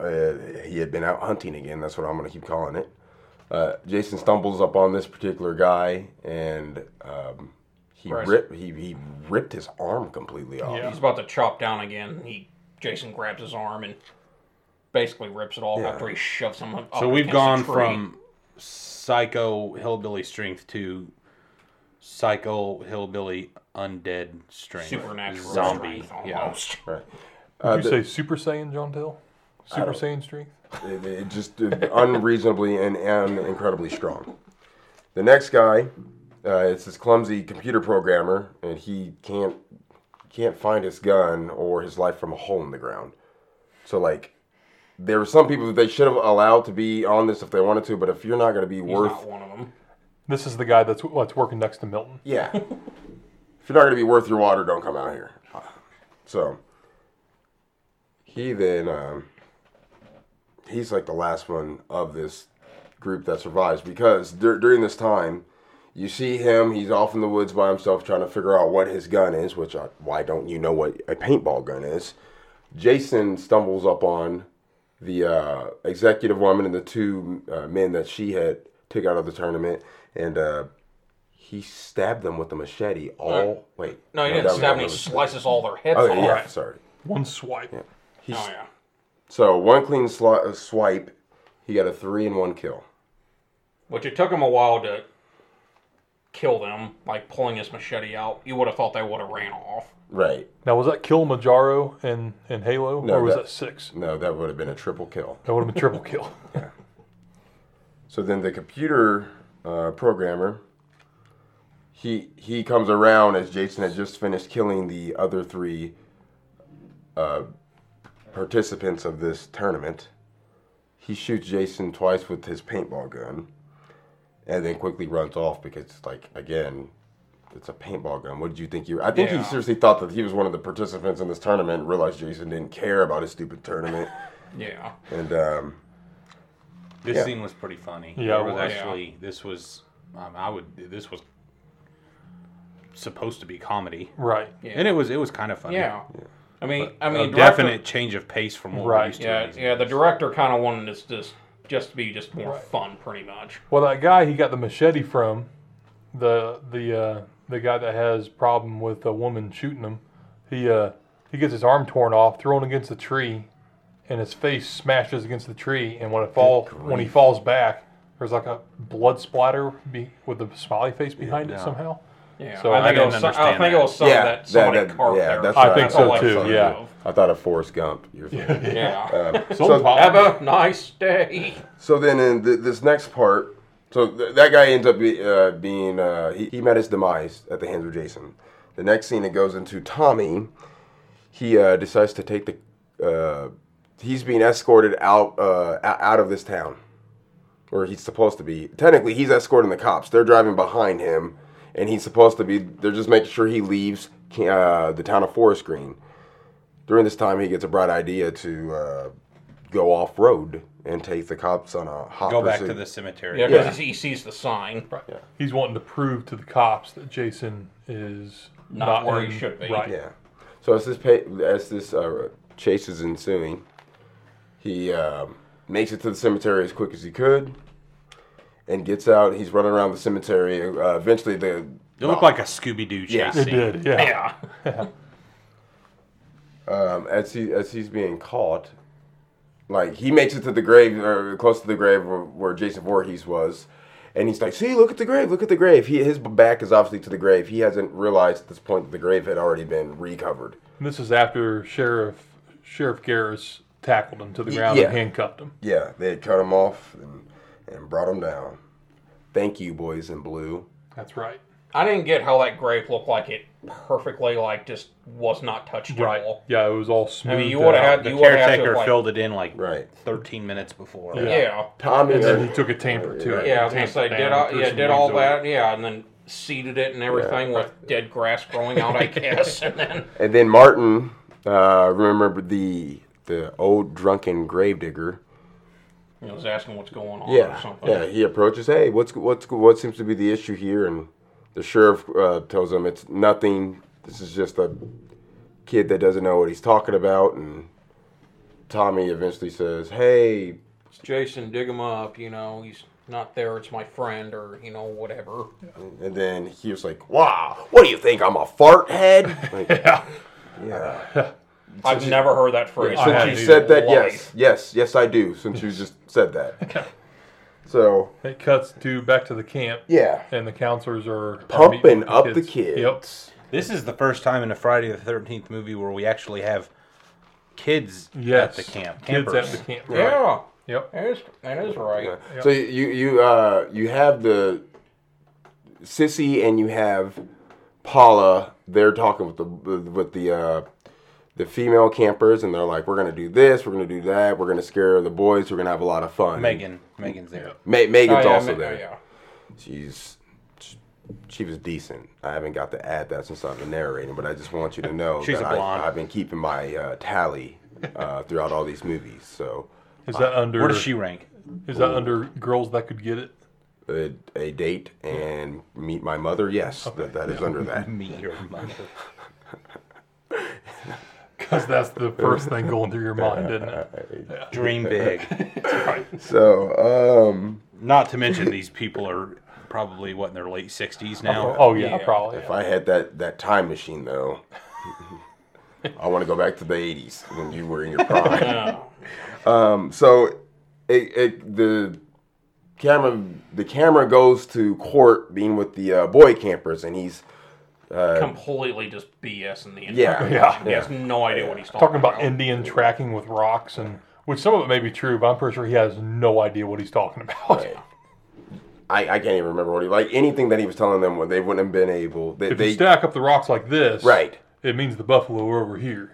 uh, he had been out hunting again. That's what I'm going to keep calling it. Uh, Jason stumbles up on this particular guy, and um, he Right. ripped he, he ripped his arm completely off. Yeah. he's about to chop down again he jason grabs his arm and basically rips it off Yeah. after he shoves him up Oh, So we've against a gone tree. from psycho hillbilly strength to psycho hillbilly undead strength, supernatural zombie. strength Yeah. almost Right. Did Uh, you the- say Super Saiyan, John Till? Super Saiyan strength? It, it just it unreasonably and, and incredibly strong. The next guy, uh, it's this clumsy computer programmer, and he can't can't find his gun or his life from a hole in the ground. So like, there were some people that they should have allowed to be on this if they wanted to, but if you're not going to be he's worth not one of them This is the guy that's that's working next to Milton. Yeah. if you're not going to be worth your water, don't come out here. So he then um, he's like the last one of this group that survives because dur- during this time you see him he's off in the woods by himself trying to figure out what his gun is which I, why don't you know what a paintball gun is jason stumbles up on the uh, executive woman and the two uh, men that she had took out of the tournament and uh, he stabbed them with a machete all wait Uh, no he that didn't was- stab him that he was- slices all their heads oh off yeah, yeah sorry One swipe. he oh yeah so one clean sli- uh, swipe, he got a three and one kill. which it took him a while to kill them like pulling his machete out you would have thought they would have ran off Right. Now was that kill Majaro and and Halo, No, or was that- that six? No, that would have been a triple kill. That would have been triple kill. <laughs> So then the computer uh, programmer, he he comes around as Jason had just finished killing the other three uh, participants of this tournament. He shoots Jason twice with his paintball gun, and then quickly runs off because it's like again, it's a paintball gun. What did you think you? I think Yeah. he seriously thought that he was one of the participants in this tournament. and Realized Jason didn't care about his stupid tournament, yeah and um, This Yeah. scene was pretty funny. Yeah, There it was was. actually this was um, I would this was supposed to be comedy, right. yeah and it was it was kind of funny. Yeah. I mean, I a mean, director- definite change of pace from what Right. we're used to. Yeah, yeah. The director kind of wanted this just just to be just more fun, pretty much. Well, that guy he got the machete from, the the uh, the guy that has problem with a woman shooting him. He uh, he gets his arm torn off, thrown against the tree, and his face smashes against the tree. And when it fall when he falls back, there's like a blood splatter be, with a smiley face behind it Yeah. somehow. Yeah. So I I think it didn't was. Some, I understand think it that. was some Yeah, that that- somebody that- carved yeah, there. that's I what think I so, all I too, could yeah. think of. I thought of Uh, Forrest Gump. <laughs> You're <laughs> Yeah. Somehow. Have a nice day. So then in th- this next part, so th- that guy ends up be, uh, being, uh, he, he met his demise at the hands of Jason. The next scene, it goes into Tommy. He uh, decides to take the, uh, he's being escorted out, uh, o- out of this town. Or he's supposed to be. Technically, he's escorting the cops. They're driving behind him, and he's supposed to be, they're just making sure he leaves uh, the town of Forest Green. During this time, he gets a bright idea to uh, go off road and take the cops on a hot Go back pursuit. to the cemetery. Yeah, because he sees the sign. He's wanting to prove to the cops that Jason is Not not, where in- he should be. Right. Yeah. So as this pa- as this uh, chase is ensuing, he um, makes it to the cemetery as quick as he could, and gets out. He's running around the cemetery. Uh, eventually, the It looked like a Scooby Doo chase. Yeah. It scene. did, yeah. Yeah. um, as he as he's being caught, like he makes it to the grave or close to the grave where, where Jason Voorhees was, and he's like, "See, look at the grave, look at the grave." He his back is obviously to the grave. He hasn't realized at this point that the grave had already been recovered. And this is after Sheriff Sheriff Garris tackled him to the ground yeah. and handcuffed him. Yeah, they had cut him off and and brought him down. Thank you, boys in blue. That's right. I didn't get how that grape looked like it perfectly, like just was not touched Right. at all. Yeah, it was all smooth. I mean, you would have had The you would have caretaker to like, filled it in like Right. 13 minutes before. Yeah. Yeah, Tommy And then he took a tamper to it. yeah. I was gonna Tamped say it did down, all threw yeah some did all leaves over it. that yeah, and then seeded it and everything with dead grass growing out, <laughs> I guess, and then And then Martin, uh, remember the the old drunken gravedigger. you know, was asking what's going on or Yeah, something. yeah. He approaches, hey, what's what's what seems to be the issue here? And the sheriff uh, tells him it's nothing. This is just a kid that doesn't know what he's talking about. And Tommy eventually says, hey, It's Jason, dig him up. You know, he's not there. It's my friend, or you know, whatever. and then he was like, wow, what do you think? I'm a fart <laughs> head. Like, Yeah. yeah. I've never heard that phrase. I Since had you to. said that, Life. yes, yes, yes, I do. Since you just said that, so It cuts to back to the camp. yeah, And the counselors are are meeting pumping with up the kids. This is the first time in a Friday the 13th movie where we actually have kids Yep. Yes. at the camp. Kids Campers. at the camp. Right. Yeah, Yep. that is that is right. So you you uh you have the sissy and you have Paula. They're talking with the with the uh, the female campers, and they're like, "We're gonna do this. We're gonna do that. We're gonna scare the boys. We're gonna have a lot of fun." Megan. Megan's there. Ma- Megan's Oh, yeah, also ma- there. oh, yeah. She's she, she was decent. I haven't got to add that since I've been narrating, but I just want you to know <laughs> She's that a blonde. I, I've been keeping my uh, tally uh, throughout all these movies. So Is that under Where does she rank? <laughs> is that under girls that could get it? a, a date and meet my mother. Yes, that, that is under <laughs> that. Meet your <laughs> mother. Because that's the first thing going through your mind, <laughs> isn't it? Dream big. So, um, Not to mention these people are probably what in their late 60s now. Oh yeah, probably. if I had that, that time machine though, I want to go back to the 80s when you were in your <laughs> prime. um, so it, it, the camera, the camera goes to court being with the uh, boy campers and he's, Completely just BS in the end. Uh, <laughs> yeah, <laughs> Yeah. He has no idea what he's talking, Talking about Indian tracking with rocks and which some of it may be true, but I'm pretty sure he has no idea what he's talking about. I, I can't even remember what he, like anything that he was telling them when they wouldn't have been able, they, <laughs> if they you stack up the rocks like this, Right. it means the buffalo are over here.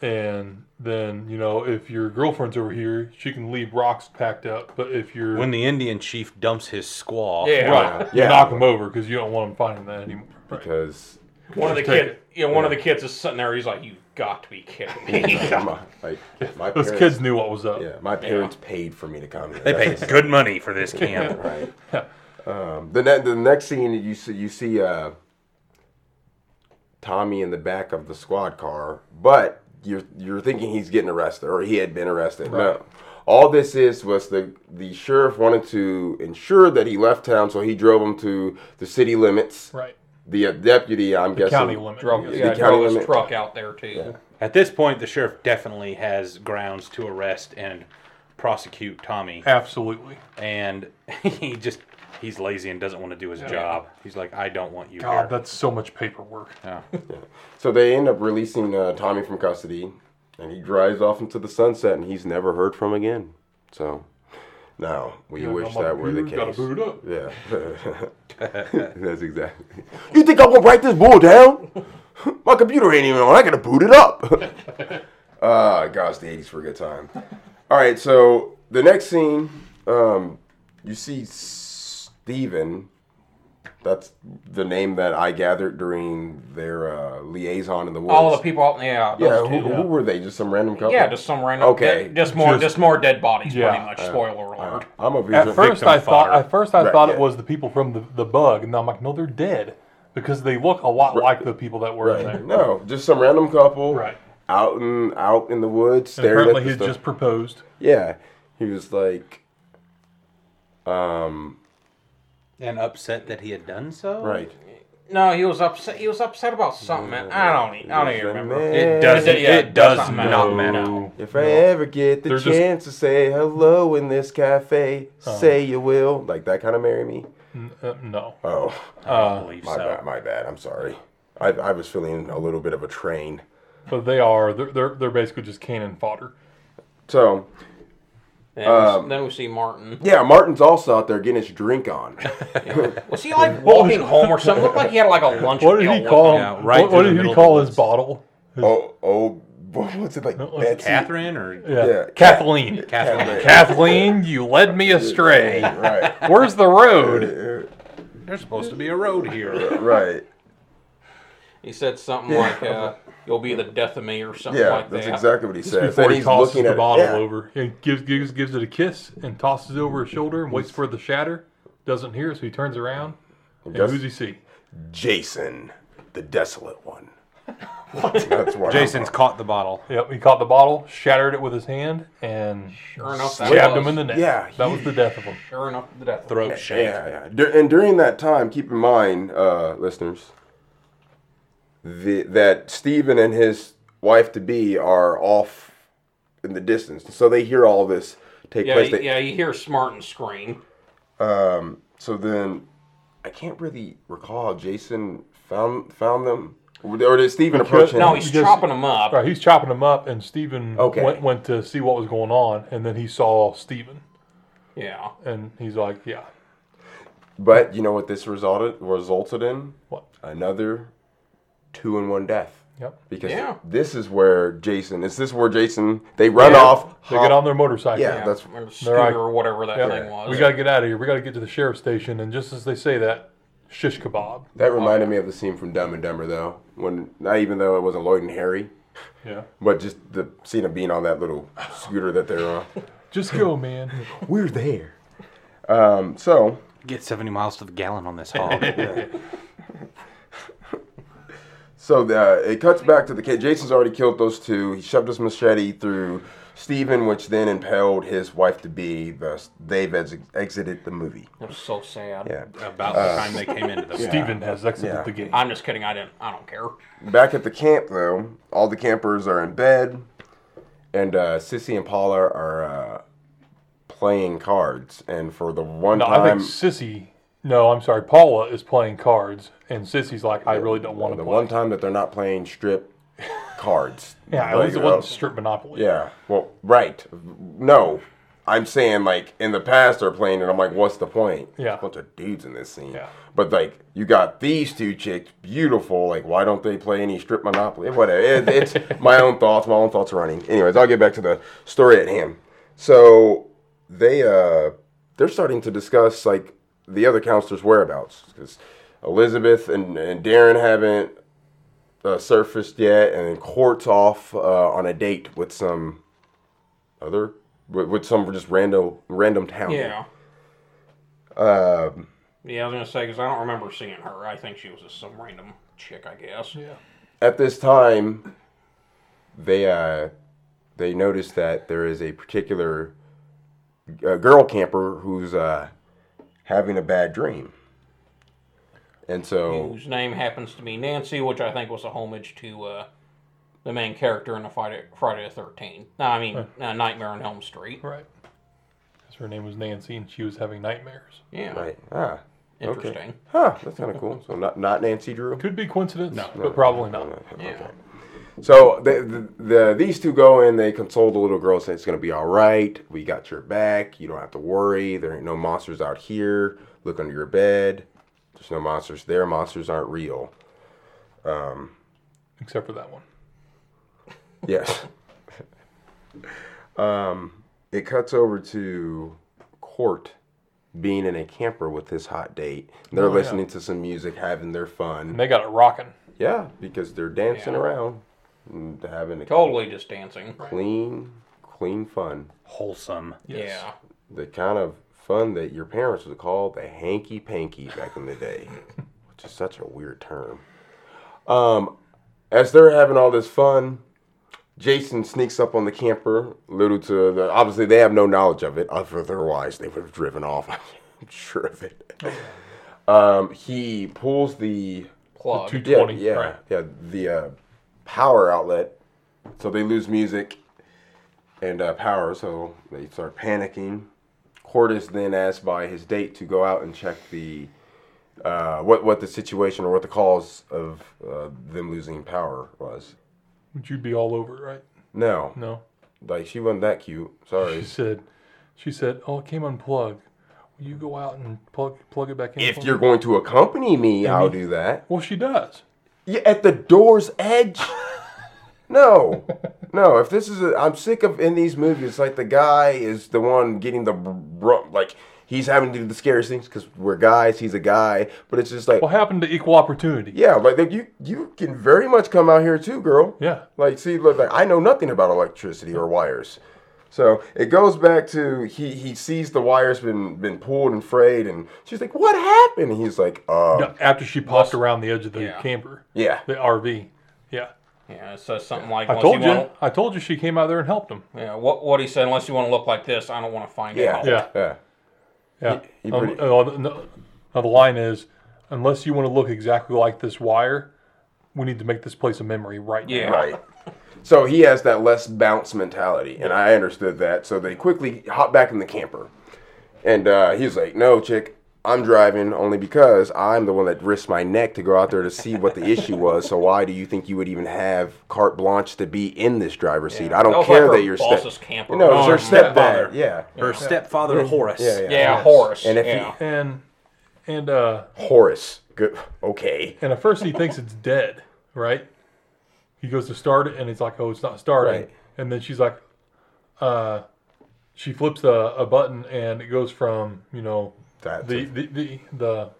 And then, you know, if your girlfriend's over here, she can leave rocks packed up. But if you're When the Indian chief dumps his squaw, Yeah. right, Yeah. you knock them over because you don't want them finding that anymore. Right. because One of the Take kids, yeah, one of the kids is sitting there. He's like, "You've got to be kidding <laughs> me!" my, like, my Those parents, kids knew what was up. yeah, my parents paid for me to come here. they pay good money for this camp. Right. Um, the ne- the next scene you see you see uh, Tommy in the back of the squad car, but you're you're thinking he's getting arrested or he had been arrested. No. All this is was the the sheriff wanted to ensure that he left town, so he drove him to the city limits. Right. The uh, deputy, I'm guessing, County limit. Drove, The yeah, county drove his limit. truck out there too. At this point, the sheriff definitely has grounds to arrest and prosecute Tommy. Absolutely. and <laughs> he just he's lazy and doesn't want to do his job. He's like, I don't want you God, here. that's so much paperwork. Yeah. So they end up releasing uh, Tommy from custody, and he drives off into the sunset, and he's never heard from again. So now we wish that were the case. Got to boot it up. Yeah. <laughs> That's exactly. You think I'm gonna write this bull down? <laughs> My computer ain't even on. I gotta boot it up. <laughs> Ah, gosh, the '80s were a good time. All right, so the next scene, um, you see Steven. That's the name that I gathered during their uh, liaison in the woods. All the people out, yeah, those yeah, two. who, who were they? Just some random couple. yeah, just some random. Okay. dead- just more, just, Just- more dead bodies, pretty Yeah. much. Spoiler alert. I'm over here. At trying- first, victim I thought fodder. at first I Right, thought yeah. it was the people from the, the bug, and I'm like, no, they're dead because they look a lot like the people that were in <laughs> there. Right. No, just some random couple. Right. Out in out in the woods, And staring apparently, at the he's stuff. just proposed. Yeah, he was like, um, And upset that he had done so. right. No, he was upset. He was upset about something. I don't. e- I don't even remember. It doesn't. Yeah, it does that's not, not matter. No. If I ever get the They're just- Uh-huh. chance to say hello in this cafe, say you will. Like that kind of marry me. Uh, no. Oh, I don't believe my so. bad. My bad. I'm sorry. I, I was feeling a little bit of a train. But they are. They're, they're they're basically just cannon fodder. So And Um, then we see Martin. yeah, Martin's also out there getting his drink <laughs> on. Was <laughs> he like walking home or something? Looked like he had like a lunch. What did pail he with call? him. Yeah, him? right what through what the did middle he of call the his woods. bottle? oh, oh, <laughs> what was it like? was it Betsy? Catherine or Yeah. Yeah. Kathleen. Kathleen? <laughs> Kathleen, you <laughs> led me astray. Right. <laughs> Where's the road? There's supposed to be a road here. Right. He said something like, uh, "You'll be the death of me" or something Yeah, like that's that. exactly what he Just says. before Then he he's tosses looking the at bottle yeah. over, he gives, gives gives it a kiss and tosses it over his shoulder and waits for the shatter. Doesn't hear it, so he turns around. And does- who's he see? Jason, the desolate <laughs> one. That's why Jason's caught the bottle. Yep, he caught the bottle, shattered it with his hand, and Sure enough, that jabbed was- him in the neck. Yeah, that was the death of him. Sure enough, the death. Throat Yeah, shake. yeah. Dur- and during that time, keep in mind, uh, listeners, the, that Stephen and his wife to be are off in the distance, so they hear all this take Yeah, place. They- you- um, yeah. You hear Martin scream. So then, I can't really recall. how Jason found found them, or did Stephen approach him? No, he's Because- chopping them up. Right, he's chopping him up, and Stephen Okay. went went to see what was going on, and then he saw Stephen, Yeah. and he's like, "Yeah, But you know what this resulted resulted in? what? Another two in one death. Yep." Because Yeah. this is where Jason is this where Jason they run off. They hop- get on their motorcycle. Yeah, that's Or scooter They're like- or whatever that Yep. thing was. We gotta get out of here. We gotta get to the sheriff's station. And just as they say that, shish kebab. that reminded me of the scene from Dumb and Dumber though. When not even though it wasn't Lloyd and Harry, Yeah. but just the scene of being on that little scooter that they're on. Just go, man. <laughs> <laughs> We're there. Um, so Get 70 miles to the gallon on this hog. So the, it cuts back to the kid. Jason's already killed those two. He shoved his machete through Stephen, which then impaled his wife to be. Thus, they've ex- exited the movie. It was so sad. Yeah. About the time they came into the Steven has exited Yeah. the game. I'm just kidding. I didn't. I don't care. Back at the camp, though, all the campers are in bed, and uh, Sissy and Paula are uh, playing cards. And for the one No, I time, think Sissy. No, I'm sorry. Paula is playing cards, and Sissy's like, I really don't want to the play. one time that they're not playing strip cards. <laughs> yeah, at Like, least it uh, wasn't strip monopoly. Yeah. Well, right. No. I'm saying like in the past they're playing and I'm like, what's the point? Yeah. There's a bunch of dudes in this scene. Yeah. But like you got these two chicks, beautiful. Like, why don't they play any strip monopoly? Whatever. It, it's <laughs> my own thoughts. My own thoughts are running. Anyways, I'll get back to the story at hand. So they uh they're starting to discuss like the other counselors' whereabouts because Elizabeth and, and Darren haven't uh, surfaced yet, and then Court's off uh, on a date with some other with, with some just random random town. Yeah. Um, Yeah, I was gonna say because I don't remember seeing her. I think she was just some random chick, I guess. Yeah. at this time, they uh, they notice that there is a particular uh, girl camper who's uh, having a bad dream, and so Whose name happens to be Nancy, which I think was a homage to uh, the main character in the Friday, Friday the Thirteenth. No, I mean uh, Nightmare on Elm Street. Right. 'Cause her name was Nancy, and she was having nightmares. Yeah. right ah Interesting. huh that's kind of cool. So not not Nancy Drew. Could be coincidence, but probably not. Yeah. So the, the, the these two go in. They console the little girl, say it's gonna be all right. We got your back. You don't have to worry. There ain't no monsters out here. Look under your bed. There's no monsters there. Monsters aren't real. Except for that one. Yes. <laughs> um, it cuts over to Court being in a camper with his hot date. They're listening to some music, having their And fun. they got it rocking. Yeah, because they're dancing around, and having a Totally just dancing. clean, clean fun. Wholesome. Yeah. the kind of fun that your parents would call the hanky panky back in the day, which is such a weird term. Um, as they're having all this fun, Jason sneaks up on the camper, little to the obviously <laughs> they have no knowledge of it, otherwise they would have driven off. I'm sure of it. Um, he pulls the Plug. two- yeah 20, yeah right. yeah the uh, power outlet, so they lose music and uh, power, so they start panicking. Cortis then asked by his date to go out and check the uh, what what the situation or what the cause of uh, them losing power was. Would you be all over it, right? No, No. like she wasn't that cute. <laughs> She Sorry. said, she said, oh, it came unplugged. Will you go out and plug plug it back in? for If me?" you're going to accompany me, I'll do that. well, she does. Yeah, at the door's edge. No, no. If this is, a, I'm sick of in these movies. It's like the guy is the one getting the br- like he's having to do the scariest things because we're guys. He's a guy, but it's just like, What happened to equal opportunity? yeah, like that you you can very much come out here too, girl. Yeah. Like, see, look, like I know nothing about electricity or wires. So it goes back to he he sees the wires been been pulled and frayed, and she's like, "What happened?" And he's like, "Uh, Yeah, After she popped around the edge of the Yeah. camper, yeah, the RV. Yeah. Yeah, it says something like. I "Unless told you. wanna- I told you she came out there and helped him. yeah, what what he said. Unless you want to look like this, I don't want to find yeah, out. Yeah. yeah." Yeah. He- he Um, pretty- uh, the- no, now the line is, unless you want to look exactly like this wire, we need to make this place a memory right now. Yeah. Right. So he has that less bounce mentality, and I understood that. So they quickly hop back in the camper, and uh, he's like, "No, chick, I'm driving only because I'm the one that risked my neck to go out there to see what the issue was. So why do you think you would even have carte blanche to be in this driver's seat? I don't That was care like her that you're boss's camper. No, it's Oh, her stepfather. stepdad. Yeah. Her stepfather Horace. Yeah, Yeah, Horace. And if yeah. And and uh he, Horace, good, okay, and at first he thinks it's dead, right? He goes to start it and it's like, oh, it's not starting. Right. And then she's like, uh, she flips a, a button and it goes from you know That the, to- the the the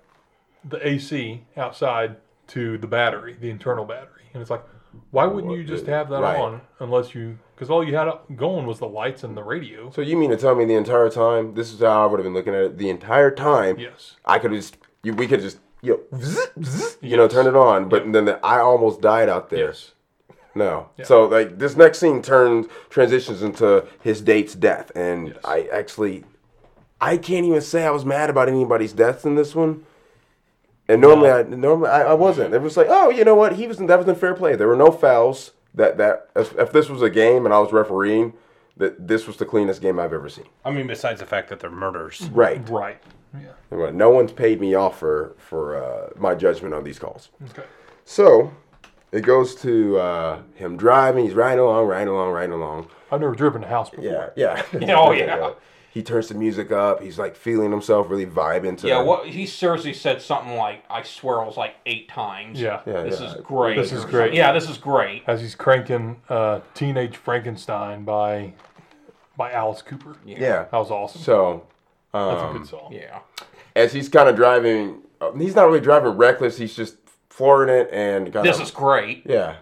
the AC outside to the battery, the internal battery, and it's like, why wouldn't you just have that Right. on unless you? Because all you had up going was the lights and the radio. So you mean to tell me the entire time? This is how I would have been looking at it the entire time. Yes. I could have just you, we could have just you know, zzz, zzz, you know <laughs> turn it on, but then the, I almost died out there. No. So like this next scene turns transitions into his date's death, and I actually I can't even say I was mad about anybody's deaths in this one. And normally, I normally I, I wasn't. It was like, oh, you know what? He was in, that was in fair play. There were no fouls. That that if, if this was a game and I was refereeing, that this was the cleanest game I've ever seen. I mean, besides the fact that they're murders. Right. Right. Right. No one's paid me off for for uh, my judgment on these calls. Okay. So it goes to uh, him driving. He's riding along, riding along, riding along. I've never driven a house before. Yeah, yeah. <laughs> <laughs> Oh, yeah. He turns the music up. He's like feeling himself, really vibing to. Yeah, what he seriously said something like, "I swear it was like eight times." Yeah. Yeah, this yeah. is great. This is or great. something. Yeah, this is great. As he's cranking uh, "Teenage Frankenstein" by by Alice Cooper. Yeah. That was awesome. So um, That's a good song. Yeah, as he's kind of driving, uh, he's not really driving reckless. He's just flooring it and kind this of. is <laughs> great. <laughs> Yeah.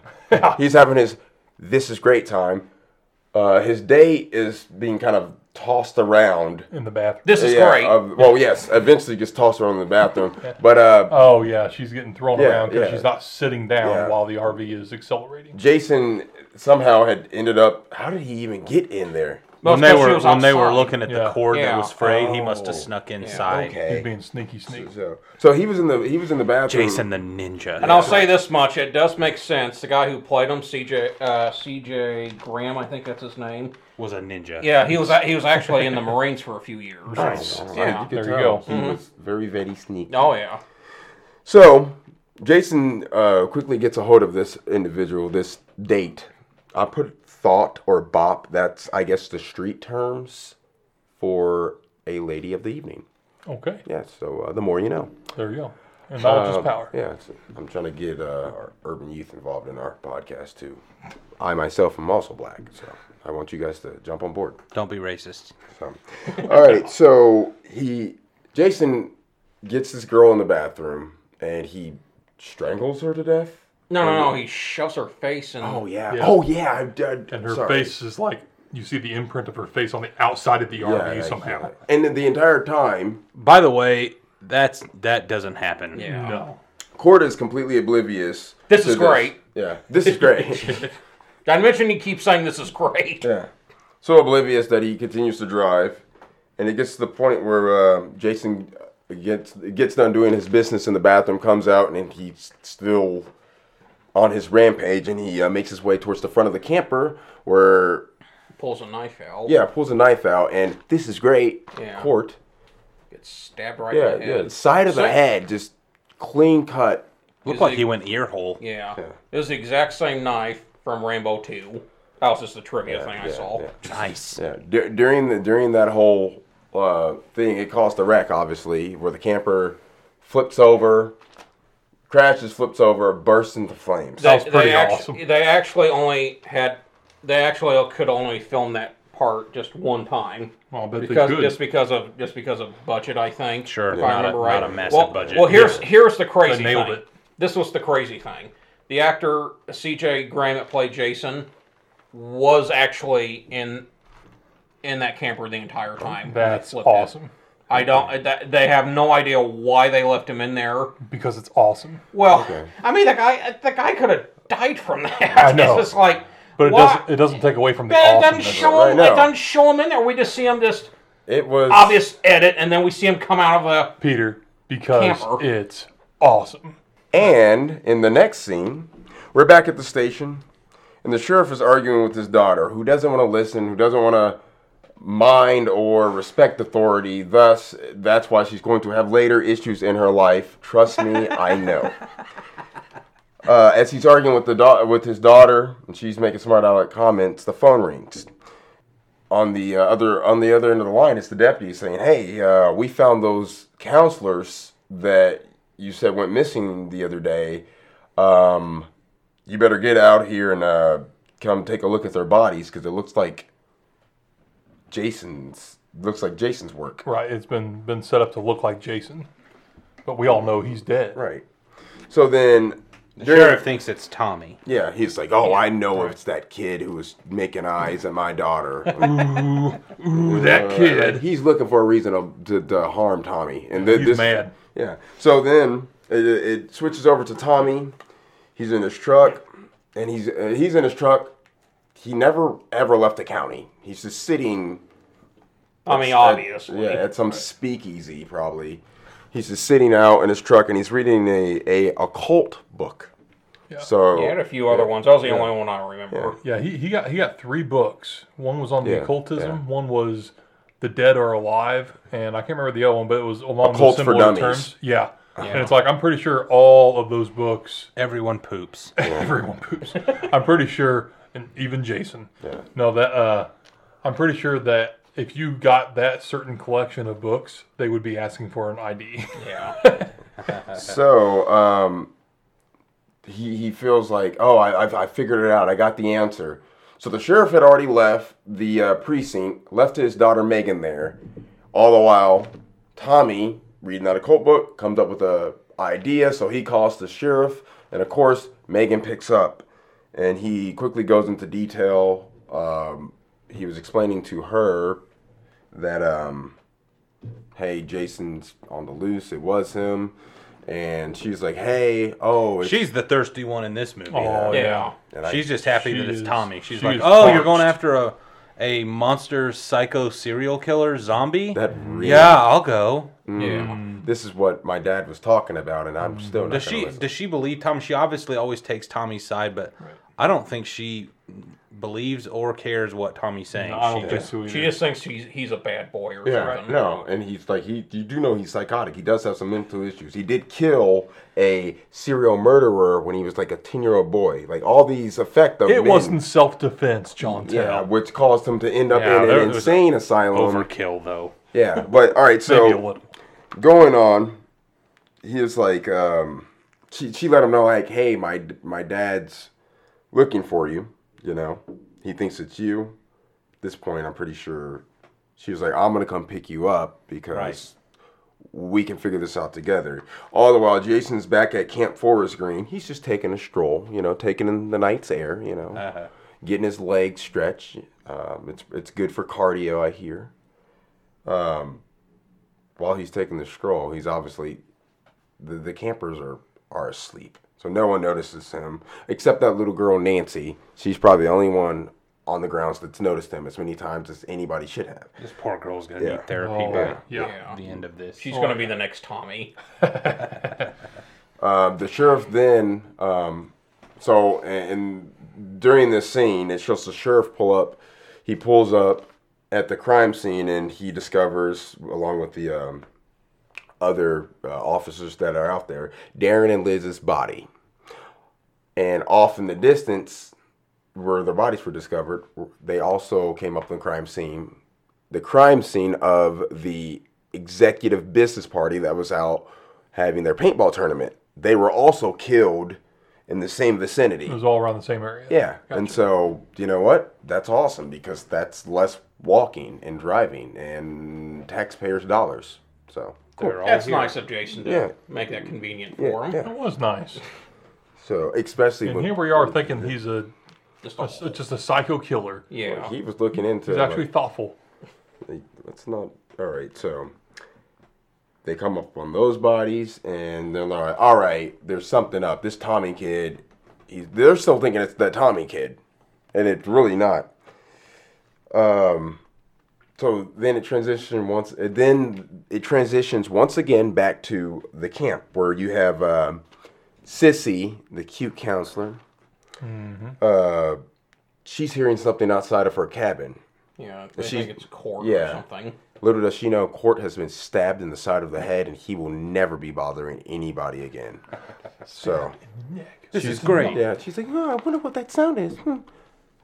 He's having his this is great time. Uh, his day is being kind of tossed around. In the bathroom. This is yeah, great. of- well, yes, eventually gets tossed around in the <laughs> bathroom. But uh, Oh yeah, she's getting thrown Yeah, around because yeah. she's not sitting down Yeah. while the RV is accelerating. Jason somehow had ended up. How did he even get in there? Well, When they because she were was when they were outside. looking at the Yeah. cord Yeah. that was frayed, he must Oh. have snuck inside. He's Okay. being sneaky, sneak. So, so he was in the he was in the bathroom. Jason the ninja. And I'll say this much: it does make sense. The guy who played him, CJ uh, CJ Graham, I think that's his name. was a ninja. Yeah, he was a- he was actually in the Marines for a few years. Yeah. There you go. He was very very sneaky. Oh yeah. So Jason uh, quickly gets a hold of this individual, this date. I put thought or bop. That's I guess the street terms for a lady of the evening. Okay, Yeah. So uh, the more you know. there you go. And knowledge is power. Um, Yeah. It's, I'm trying to get uh, our urban youth involved in our podcast too. I myself am also black, so I want you guys to jump on board. Don't be racist. So, all right. So he, Jason, gets this girl in the bathroom and he strangles her to death. No, no, no. He shoves her face in. Oh yeah. Yeah. Oh yeah. I'm dead. And her face is like you see the imprint of her face on the outside of the RV somehow. And then the entire time, By the way, that's that doesn't happen. Yeah. No, Court is completely oblivious. This to is great. Yeah. This is <laughs> great. I mentioned he keeps saying this is great. <laughs> yeah. So oblivious that he continues to drive, and it gets to the point where uh, Jason gets gets done doing his business in the bathroom, comes out, and then he's still on his rampage, and he uh, makes his way towards the front of the camper where Pulls a knife out. yeah pulls a knife out, and this is great Yeah. court Gets stabbed right yeah in the yeah head. side of the Same. head just clean cut Looked Is like it- he went ear hole. Yeah. Yeah. It was the exact same knife from Rambo 2. That was just the trivia thing I yeah, saw. yeah. Nice. Yeah, dur- during the during that whole uh, thing, it caused a wreck, obviously, where the camper flips over, crashes, flips over, bursts into flames. That was pretty actu- awesome. They actually only had, they actually could only film that part just one time. Well, I bet they because, could. Just because of just because of budget, I think. Sure, if not I a- remember right. not a massive well, budget. Well, here's here's the crazy They nailed thing. it. This was the crazy thing. The actor C.J. Graham that played Jason was actually in in that camper the entire time. when they Oh, That's flipped it. awesome I don't. uh, That, they have no idea why they left him in there. because it's awesome. Well, Okay. I mean, the guy, the guy could have died from that. I know. <laughs> It's just like, But it why- doesn't it doesn't take away from the It awesome. doesn't show Right him. now. It doesn't show him in there. We just see him just It was obvious edit, and then we see him come out of a. Peter because Camper. it's awesome. And in the next scene, we're back at the station, and the sheriff is arguing with his daughter, who doesn't want to listen, who doesn't want to mind or respect authority. Thus, that's why she's going to have later issues in her life. Trust me, I know. Uh, as he's arguing with the da- with his daughter, and she's making smart aleck comments, the phone rings. On the uh, other on the other end of the line, it's the deputy saying, "Hey, uh, we found those counselors that you said went missing the other day. Um, you better get out here and uh, come take a look at their bodies because it looks like Jason's looks like Jason's work." Right, it's been been set up to look like Jason, but we all know he's dead. Right. So then, The sheriff thinks it's Tommy. Yeah, he's like, oh, I know it's that kid who was making eyes at my daughter. Mm-hmm. <laughs> Ooh, that Like, kid. he's looking for a reason to, to, to harm Tommy, and th- He's this, mad. Yeah. So then it, it switches over to Tommy. He's in his truck, and he's uh, he's in his truck. He never ever left the county. He's just sitting I mean, at- obviously. yeah, at some speakeasy probably. He's just sitting out in his truck, and he's reading a, a occult book. So He had a few other ones. That was the only one I remember. Yeah, he, he got he got three books. One was on Yeah, the occultism. yeah. One was the dead are alive, and I can't remember the other one, but it was along Occult those for similar Dummies. terms. Yeah. and it's like I'm pretty sure all of those books, Everyone poops. <laughs> everyone poops. I'm pretty sure, and even Jason. Yeah. No, that uh, I'm pretty sure that if you got that certain collection of books, they would be asking for an <laughs> ID. Yeah. so um, he he feels like, oh, I, I I figured it out. I got the answer. So the sheriff had already left the uh, precinct, left his daughter Megan there. All the while, Tommy reading that occult book comes up with a idea, so he calls the sheriff, and of course Megan picks up, and he quickly goes into detail. Um, he was explaining to her that um, hey, Jason's on the loose. It was him. And she's like, hey, oh, it's- <laughs> She's the thirsty one in this movie. Oh yeah. and I- She's just happy She that it's is- Tommy. She's she like, is oh, you're parched. going after a a monster psycho serial killer zombie? that really, yeah, I'll go. Yeah. This is what my dad was talking about, and I'm still not. Does gonna she listen. does she believe Tommy? She obviously always takes Tommy's side, but I don't think she believes or cares what Tommy's saying. I don't she think just so either. She just thinks he's, he's a bad boy or Yeah, something. no, and he's like he. You do know he's psychotic. He does have some mental issues. He did kill a serial murderer when he was like a ten-year-old boy. Like all these effect of It men- wasn't self defense, John Tell. Yeah, which caused him to end up Yeah, in there- it an was insane asylum. overkill though. Yeah, but all right. So Maybe a little. going on, he is like, um, she, she let him know, like, hey, my my dad's looking for you. You know, he thinks it's you. At this point, I'm pretty sure she was like, I'm gonna come pick you up because Right. we can figure this out together. All the while, Jason's back at Camp Forest Green. He's just taking a stroll, you know, taking in the night's air, you know, getting his legs stretched. Um, it's it's good for cardio, I hear while he's taking the stroll, he's obviously the, the campers are are asleep, so no one notices him except that little girl Nancy. She's probably the only one on the grounds that's noticed him as many times as anybody should have. This poor girl's gonna Yeah. need therapy Oh, by yeah. the end of this. She's going to be the next Tommy. Um, the sheriff then, um, so and during this scene, it shows the sheriff pull up. He pulls up at the crime scene, and he discovers, along with the um, other uh, officers that are out there, Darren and Liz's body. And off in the distance, where their bodies were discovered, they also came up on the crime scene, the crime scene of the executive business party that was out having their paintball tournament. They were also killed in the same vicinity. It was all around the same area. Yeah. And so, you know what? That's awesome because that's less walking and driving and taxpayers' dollars. So, They're all That's here. nice of Jason to Oh, Yeah. make that convenient Yeah, for him. yeah. That was nice. So, especially And when here we are thinking he's a, Just a- a s- just a psycho killer. yeah. he was looking into He's like, actually thoughtful. They- That's not all right. So they come up on those bodies, and they're like, "All right, there's something up. This Tommy kid, he's, they're still thinking it's the Tommy kid, and it's really not." Um. So then it transitions once. and Then it transitions once again back to the camp where you have um, Sissy, the cute counselor. Uh, she's hearing something outside of her cabin. yeah. They She's- think it's court yeah. or something. Little does she know, Court has been stabbed in the side of the head, and he will never be bothering anybody again. So, This is great. yeah, she's like, oh, I wonder what that sound is. Hmm.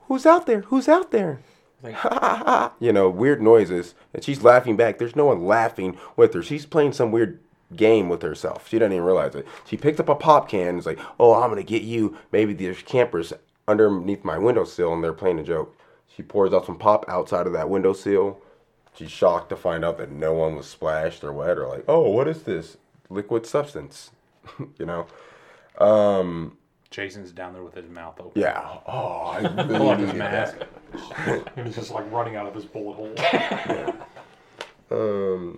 Who's out there? Who's out there? <laughs> you know, weird noises, and she's laughing back. There's no one laughing with her. She's playing some weird game with herself. She doesn't even realize it. She picked up a pop can and is like, "Oh, I'm gonna get you." Maybe there's campers underneath my windowsill, and they're playing a joke. She pours out some pop outside of that windowsill. She's shocked to find out that no one was splashed or wet or like, "Oh, what is this liquid substance?" <laughs> you know. Jason's down there with his mouth open. Yeah. Oh, <laughs> I Pull really up his needed that. mask. He was just like running out of his bullet <laughs> hole.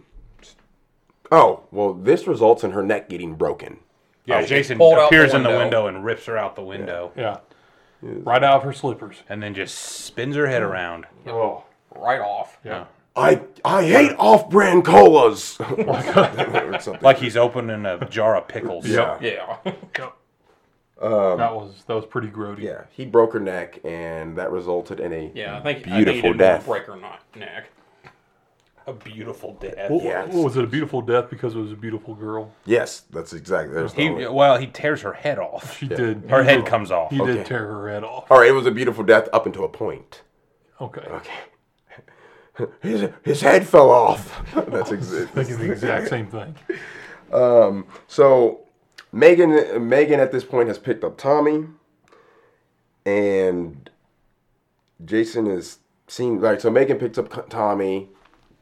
Oh, well, this results in her neck getting broken. Yeah, Jason Pulled out the appears in the window. window and rips her out the window, yeah. Right out of her slippers. and then just spins her head around. Oh. Right off. Yeah. I I hate off-brand <laughs> colas. Oh <laughs> or something. Like he's opening a jar of pickles. yeah. Yeah. <laughs> Yep. that was that was pretty grody. Yeah, he broke her neck, and that resulted in a yeah. I think I think he beautiful didn't want death. to break her not neck. A beautiful death. Well, Yes. well, was it a beautiful death because it was a beautiful girl? Yes, that's exactly. There's the He only- well, he tears her head off. She did. Her head comes off. He Okay. did tear her head off. All right, it was a beautiful death up until a point. Okay. His, his head fell off. <laughs> that's <laughs> exactly. Thinking the exact same thing. So Megan Megan at this point has picked up Tommy and Jason is seeing like so Megan picks up Co- Tommy.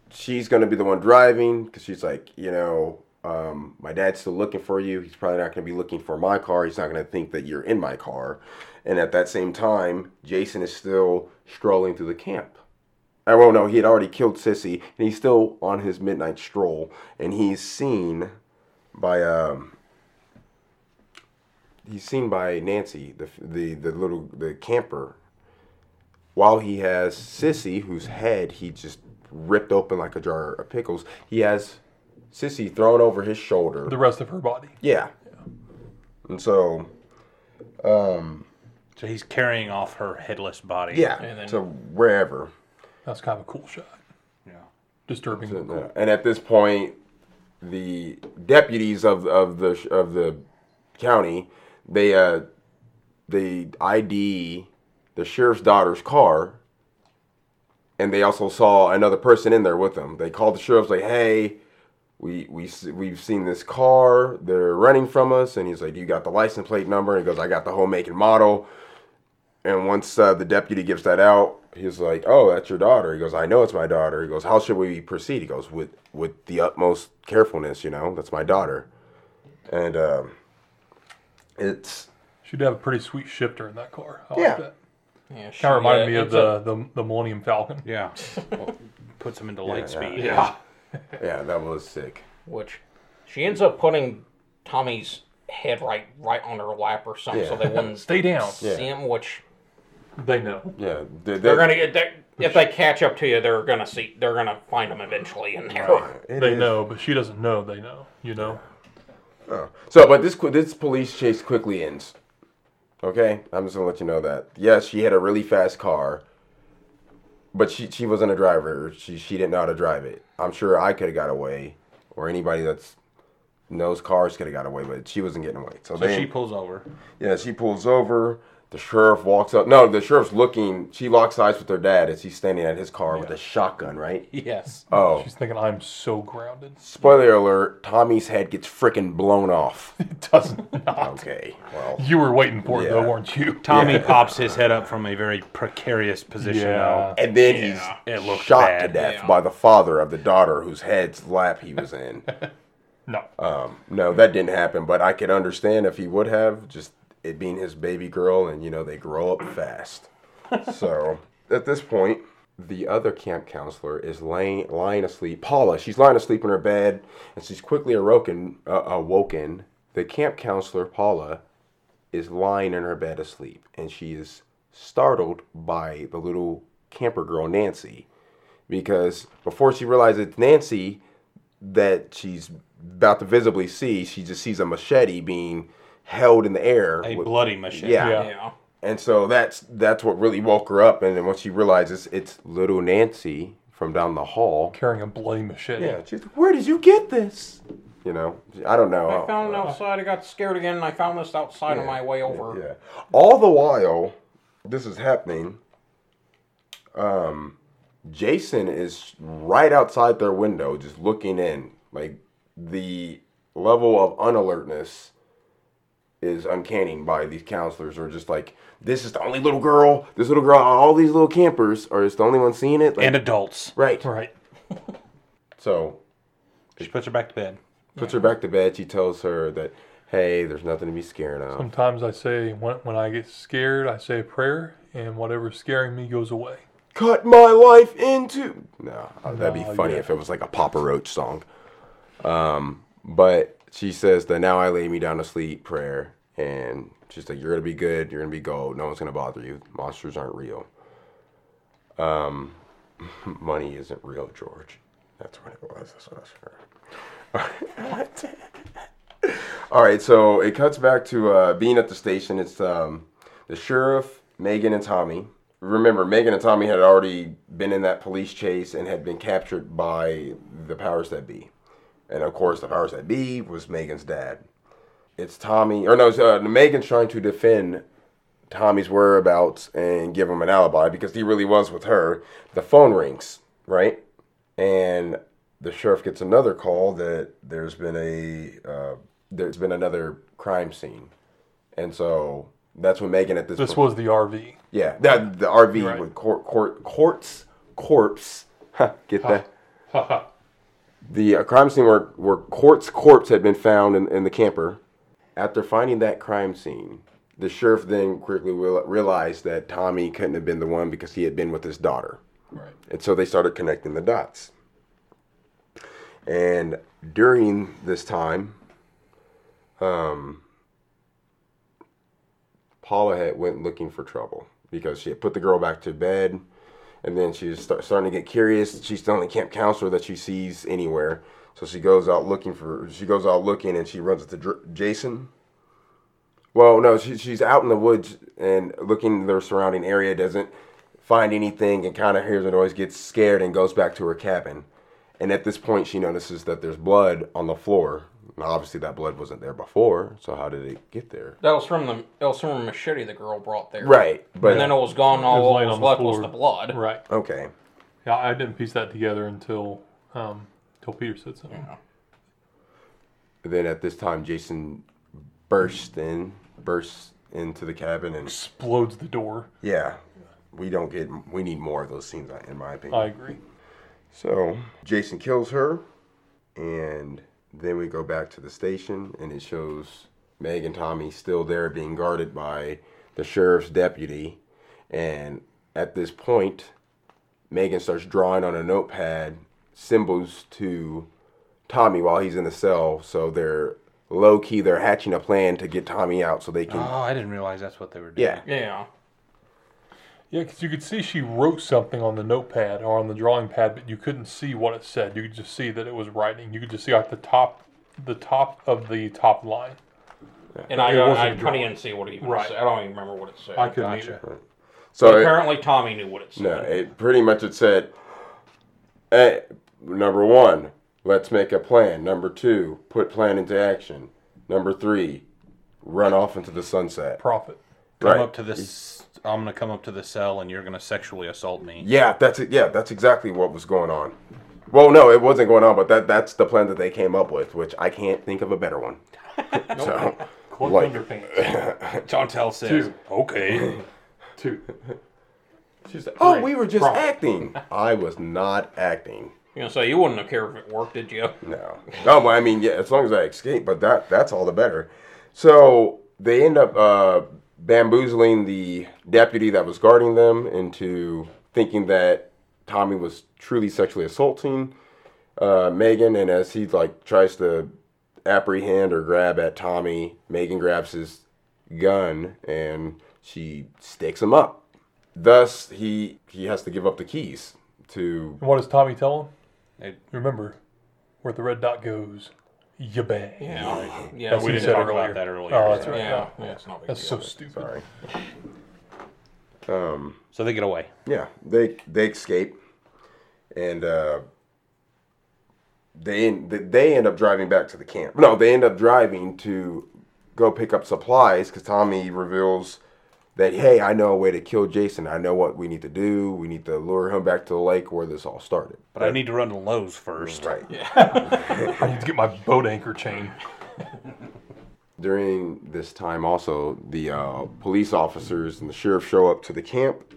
She's going to be the one driving cuz she's like, you know, um, my dad's still looking for you. He's probably not going to be looking for my car. He's not going to think that you're in my car. And at that same time, Jason is still strolling through the camp. I won't know. He had already killed Sissy, and he's still on his midnight stroll, and he's seen by um he's seen by Nancy the the the little the camper while he has Sissy whose head he just ripped open like a jar of pickles he has Sissy thrown over his shoulder The rest of her body. yeah and so um, So he's carrying off her headless body. yeah And then- to wherever That's kind of a cool shot. Yeah. Disturbing. but cool. Yeah. And at this point, the deputies of of the of the county they uh they ID the sheriff's daughter's car, and they also saw another person in there with them. They called the sheriff's like, "Hey, we we s- we've seen this car. They're running from us." And he's like, "You got the license plate number?" And he goes, "I got the whole make and model." And once uh, the deputy gives that out, he's like, "Oh, that's your daughter." He goes, "I know it's my daughter." He goes, "How should we proceed?" He goes, "With with the utmost carefulness, you know, that's my daughter." And um, it's She'd have a pretty sweet shifter in that car. I Yeah. like that. Yeah. she- Kind of reminded yeah, me of it's a- the, the the Millennium Falcon. <laughs> Yeah. Well, puts him into light speed. Ah, Yeah. yeah, that was sick. which she ends up putting Tommy's head right right on her lap or something, so Yeah. <laughs> they wouldn't Stay down. see him. Which They know. Yeah, they, They're gonna get they, if they catch up to you, they're gonna see they're gonna find them eventually in there. it They is- know, but she doesn't know. They know. You know. So, but this qu- this police chase quickly ends. Okay, I'm just gonna let you know that. Yes, she had a really fast car, but she she wasn't a driver. She she didn't know how to drive it. I'm sure I could have got away, or anybody that's knows cars could have got away, but she wasn't getting away. So, So they, she pulls over. yeah, she pulls over. The sheriff walks up. No, the sheriff's looking. She locks eyes with her dad as he's standing at his car with a shotgun. Right. <laughs> Yes. Oh, She's thinking, I'm so grounded. <laughs> spoiler alert! Tommy's head gets freaking blown <laughs> off. It doesn't. Not. Okay. Well. You were waiting for it, Yeah. though, weren't you? Tommy pops his head up from a very precarious position. Yeah. though. And then it he's looked shot to bad. death by the father of the daughter whose head's lap he was in. No. um, no, that didn't happen, but I could understand if he would have, just it being his baby girl, and you know, they grow up fast. so at this point, the other camp counselor is laying, lying asleep. Paula, she's lying asleep in her bed, and she's quickly awoken. Uh, awoken. The camp counselor, Paula, is lying in her bed asleep, and she is startled by the little camper girl, Nancy, because before she realizes it's Nancy that she's about to visibly see, she just sees a machete being held in the air. A with- bloody machete. yeah. Yeah. Yeah. And so that's that's what really woke her up. And then once she realizes it's little Nancy from down the hall, Carrying a bloody machete. yeah, she's like, "Where did you get this?" You know, I don't know. I found it outside. I got scared again, and I found this outside on my way over. Yeah. All the while, this is happening. Um, Jason is right outside their window, just looking in. Like the level of unalertness is uncanny by these counselors. Are just like, this is the only little girl. This little girl. All these little campers are just the only one seeing it. Like, And adults. right. Right. So She puts her back to bed. puts her back to bed. She tells her that, hey, there's nothing to be scared of. Sometimes I say, when, when I get scared, I say a prayer, and whatever's scaring me goes away. cut my life into. No, uh, that'd be No, funny yeah. if it was like a Papa Roach song. Um, but she says that now I lay me down to sleep prayer, and she's like, "You're gonna be good. You're gonna be gold. No one's gonna bother you. Monsters aren't real. Um, <laughs> money isn't real, George. That's what it was. That's what I heard." All right, so it cuts back to uh, being at the station. It's um, the sheriff, Megan, and Tommy. Remember, Megan and Tommy had already been in that police chase and had been captured by the powers that be. And of course, the powers that be was Megan's dad. It's Tommy, or no, it's, uh, Megan's trying to defend Tommy's whereabouts and give him an alibi because he really was with her. The phone rings, right? and the sheriff gets another call that there's been a uh, there's been another crime scene, and so that's when Megan at this This point- was the RV. yeah that the RV Right. with court court courts corpse Huh, get <laughs> that the uh, crime scene where where court's corpse had been found in, in the camper. After finding that crime scene, the sheriff then quickly real- realized that Tommy couldn't have been the one because he had been with his daughter. Right. And so they started connecting the dots. And during this time, um, Paula had went looking for trouble because she had put the girl back to bed, and then she was start, starting to get curious. She's the only camp counselor that she sees anywhere, so she goes out looking for. She goes out looking, and she runs into Dr- Jason. Well, no, she, she's out in the woods and looking in their surrounding area, doesn't find anything, and kind of hears a noise, gets scared, and goes back to her cabin. And at this point, she notices that there's blood on the floor. Now, obviously, that blood wasn't there before, so how did it get there? That was from the that was from a machete the girl brought there. Right, but And then it was gone. It All laying that was on the left was floor. the blood. Right. okay, Yeah, I didn't piece that together until um, until Peter said something. then at this time, Jason bursts in, bursts into the cabin, and Explodes the door. yeah, we don't get, we need more of those scenes, in my opinion. I agree. So Jason kills her, and then we go back to the station, and it shows Meg and Tommy still there being guarded by the sheriff's deputy. And at this point, Megan starts drawing on a notepad symbols to Tommy while he's in the cell. So they're low key, they're Ah. hatching a plan to get Tommy out so they can. Oh, I didn't realize that's what they were doing. yeah. Yeah. Yeah, because you could see she wrote something on the notepad or on the drawing pad, but you couldn't see what it said. You could just see that it was writing. You could just see like the top, the top of the top line. And I, uh, wasn't I a couldn't drawing. even see what it even Right. said. I don't even remember what it said. I couldn't Gotcha. either. So it- Apparently, Tommy knew what it said. No, it pretty much it said, eh, number one, let's make a plan. Number two, put plan into action. Number three, run off into the sunset. Profit. Come Right. up to this. I'm gonna come up to the cell, and you're gonna sexually assault me. Yeah, that's it. Yeah, that's exactly what was going on. Well, no, it wasn't going on, but that that's the plan that they came up with, which I can't think of a better <laughs> one. so, Cloak Like- underpants. John Tell says, Two. "Okay, Two. She's like, oh, three. we were just Profit. acting. I was not acting. You know, so you wouldn't have cared if it worked, did you? No. No, but I mean, yeah, as long as I escape, but that that's all the better. So they end up uh, bamboozling the deputy that was guarding them into thinking that Tommy was truly sexually assaulting uh, Megan, and as he like tries to apprehend or grab at Tommy, Megan grabs his gun and she sticks him up. Thus, he he has to give up the keys to And what does Tommy tell him? It- Remember, where the red dot goes, you bang. Yeah. Yeah. we That's what we he did. didn't said talk earlier. about that earlier." Oh, that's so. right. Yeah. No. yeah, it's not a big That's deal. so stupid. sorry. Um, So they get away. yeah, they they escape, and uh, they they end up driving back to the camp. No, they end up driving to go pick up supplies because Tommy reveals that hey, I know a way to kill Jason. I know what we need to do. We need to lure him back to the lake where this all started. But I need to run to Lowe's first. Right. I need to get my boat anchor chain. During this time, also the uh, police officers and the sheriff show up to the camp.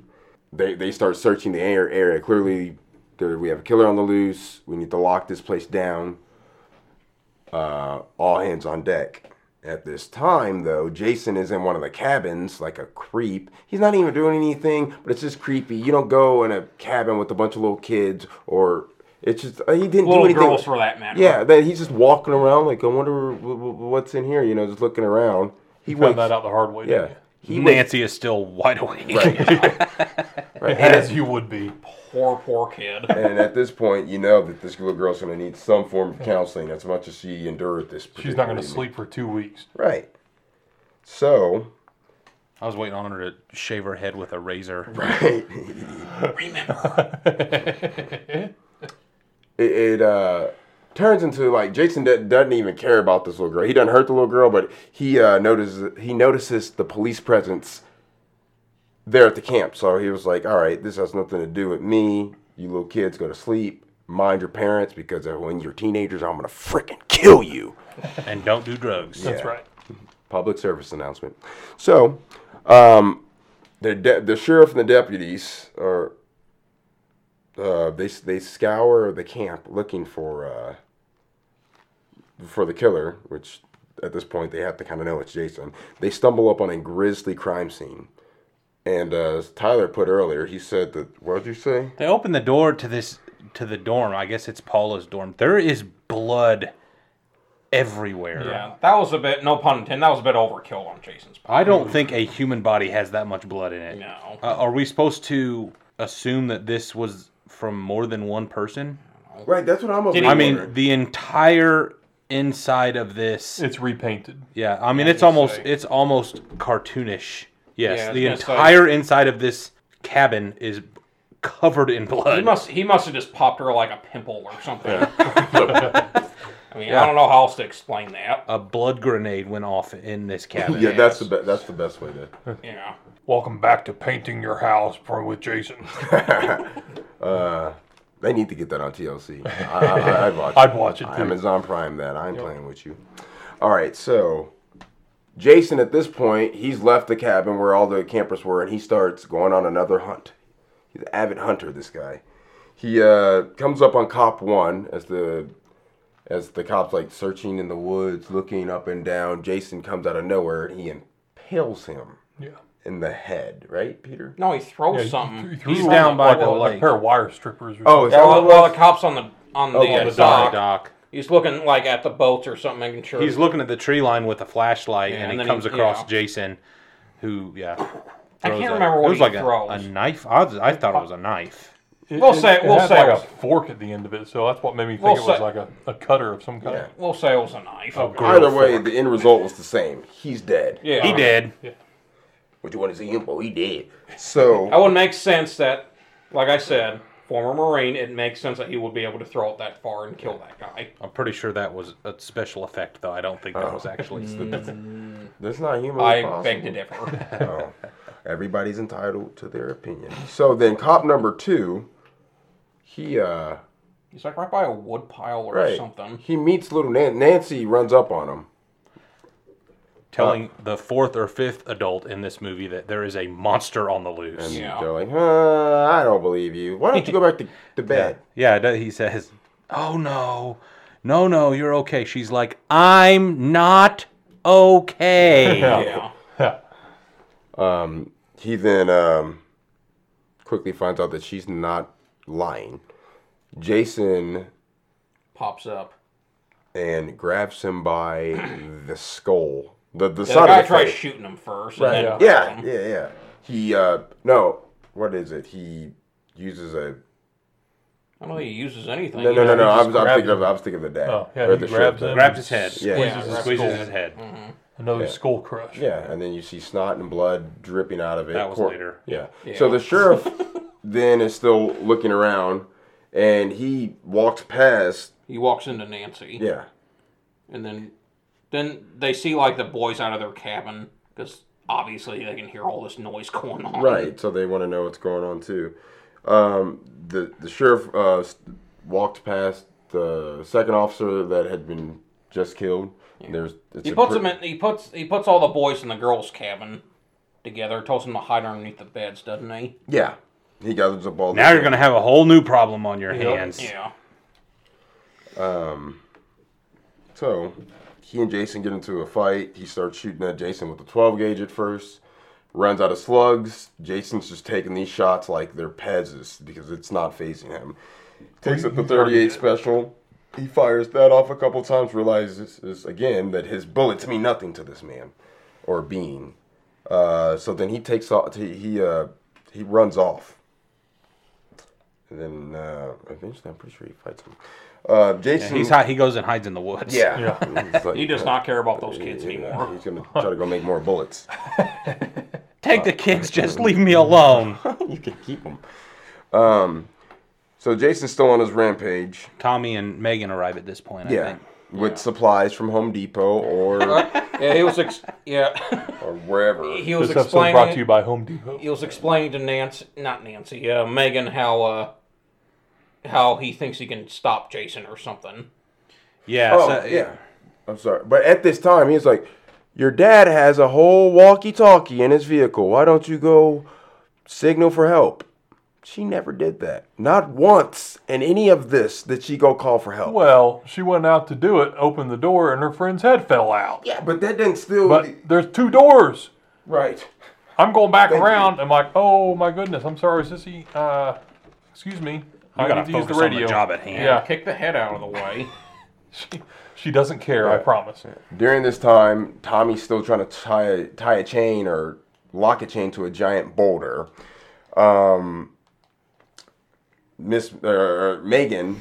They they start searching the air area. Clearly, there, we have a killer on the loose. We need to lock this place down. Uh, all hands on deck. At this time, though, Jason is in one of the cabins like a creep. He's not even doing anything, but it's just creepy. You don't go in a cabin with a bunch of little kids, or it's just uh, he didn't do Little anything. girls, for that matter. Yeah, that he's just walking around like I wonder wh- wh- what's in here. You know, just looking around. He Found wakes. that out the hard way. Yeah, didn't he wakes. Nancy is still wide awake. you? As you would be. Poor, poor kid. <laughs> And at this point, you know that this little girl's going to need some form of counseling as much as she endured this. She's not going particular to sleep for two weeks. evening. Right. So. <laughs> I was waiting on her to shave her head with a razor. Right. Remember. it, it uh, turns into like Jason d- doesn't even care about this little girl. He doesn't hurt the little girl, but he uh, notices he notices the police presence there at the camp. So he was like, "All right, this has nothing to do with me. You little kids, go to sleep. Mind your parents because when you're teenagers, I'm gonna frickin' kill you." And don't do drugs. That's right. public service announcement. So, um, the de- the sheriff and the deputies are uh, they they scour the camp looking for uh, for the killer, which at this point they have to kind of know it's Jason. They stumble upon a grisly crime scene. And uh, as Tyler put earlier, he said that. What did you say? They open the door to this to the dorm. I guess it's Paula's dorm. There is blood everywhere. Yeah, that was a bit. No pun intended. That was a bit overkill on Jason's <laughs> part. I don't think a human body has that much blood in it. No. Uh, are we supposed to assume that this was from more than one person? Right, that's what I'm. Did he- I mean, the entire inside of this. It's repainted. Yeah, I mean, it's gonna almost say. it's almost cartoonish. Yes, Yeah, I was the gonna say. entire inside of this cabin is covered in He blood. must. He must have just popped her like a pimple or something. <laughs> I mean, I don't know how else to explain that. a blood grenade went off in this cabin. yeah, that's the be- that's the best way to. Yeah. Welcome back to painting your house, bro, with Jason. Uh, They need to get that on TLC. I, I, I, <laughs> I'd watch. I'd watch it too. Amazon Prime that. I ain't playing with you. All right, so Jason at this point, he's left the cabin where all the campers were and he starts going on another hunt. He's an avid hunter, this guy. He uh, comes up on cop one as the as the cops like searching in the woods, looking up and down. Jason comes out of nowhere and he impales him yeah. in the head, right, Peter? No, he throws Yeah, he something. th- threw He's like- down by like the a, like lake. a pair of wire strippers. Or Oh, is something. that Yeah, what well, it well, was? the cops on the on the, Oh, yeah, uh, Sorry, dock. Doc. He's looking like at the boats or something, making sure. He's looking at the tree line with a flashlight, Yeah, and, and he then comes he- across yeah. Jason, who yeah, I throws can't a- remember it what was he like a- throws. A, knife. I, was- I thought it was a knife. It, We'll say- it we'll had say like it a fork at the end of it, so that's what made me think We'll it was say- like a, a cutter of some kind. Yeah. We'll say it was a knife. Oh, Either way, the end result was the same. He's dead. Yeah. He did. Would you want to see him? Well, he did. So That would make sense that, like I said, former Marine, it makes sense that he would be able to throw it that far and kill that guy. I'm pretty sure that was a special effect, though. I don't think that was <laughs> actually. Mm. that's not humanly I possible. beg to differ. <laughs> <laughs> Oh, everybody's entitled to their opinion. So then, cop number two, he uh, He's like right by a wood pile or right, something. he meets little Nan- Nancy, runs up on him. telling the fourth or fifth adult in this movie that there is a monster on the loose. Yeah. They're like, uh, I don't believe you. Why don't you go back <laughs> to, to bed? Yeah, it does- he says, "Oh no, no, no, you're okay." She's like, "I'm not okay." Yeah. Yeah. He then um, quickly finds out that she's not lying. Jason Pops up. and grabs him by the skull. The the The side guy of the tries face. shooting him first. Right. And yeah. then grabs Yeah, him. yeah, yeah. He uh no, what is it? He uses a I don't think he uses anything. no no no no. I was, I was grabbed thinking of I was thinking of the dad. Oh, yeah, Or he the grabs short- him. Grabs his head, Yeah. Squeezes, Yeah, his, squeezes skull. his head. Another skull crush. Yeah, and then you see snot and blood dripping out of it. That was Cor- later. Yeah. So the sheriff then is still looking around, and he walks past. He walks into Nancy. Yeah. And then, then they see like the boys out of their cabin because obviously they can hear all this noise <laughs> going on. Right. So they want to know what's going on too. Um, the the sheriff uh, s- walked past the second officer that had been just killed. There's it's He a puts pre- them in. He puts he puts all the boys in the girls' cabin together. Tells them to hide underneath the beds, doesn't he? Yeah. He gathers up all. the- Now you're gonna have a whole new problem on your hands. Yeah. So he and Jason get into a fight. He starts shooting at Jason with a 12 gauge at first. Runs out of slugs. Jason's just taking these shots like they're pezzes because it's not facing him. Takes up the 38 special. He fires that off a couple times. Realizes is, again that his bullets mean nothing to this man or being. Uh, so then he takes off. He he, uh, he runs off. And then uh, eventually, I'm pretty sure he fights him. Uh, Jason. He's hi- he goes and hides in the woods. Yeah. <laughs> It's like- uh, He does not care about those kids Yeah, <laughs> anymore. He's gonna try to go make more bullets. <laughs> Take Uh, the kids, just leave me alone. <laughs> you can keep them. Um, so Jason's still on his rampage. Tommy and Megan arrive at this point. I Yeah, think. with supplies from Home Depot or Yeah, he was. Ex- <laughs> yeah, or wherever. he was This episode brought to you explaining. by Home Depot. He was explaining to Nancy, not Nancy, uh, Megan, how uh, how he thinks he can stop Jason or something. Yeah. Oh so- yeah. I'm sorry, but at this time he's like, "Your dad has a whole walkie-talkie in his vehicle. Why don't you go signal for help?" She never did that. Not once in any of this did she go call for help. Well, she went out to do it, opened the door, and her friend's head fell out. Yeah, but that didn't still. But there's two doors. right. I'm going back Thank around. I'm like, oh my goodness, I'm sorry, sissy. Uh, excuse me. I You gotta need to use focus the radio. on the job at hand. Yeah. Kick the head out of the way. <laughs> She, she doesn't care. I promise. During this time, Tommy's still trying to tie a, tie a chain or lock a chain to a giant boulder. Um, Miss uh, Megan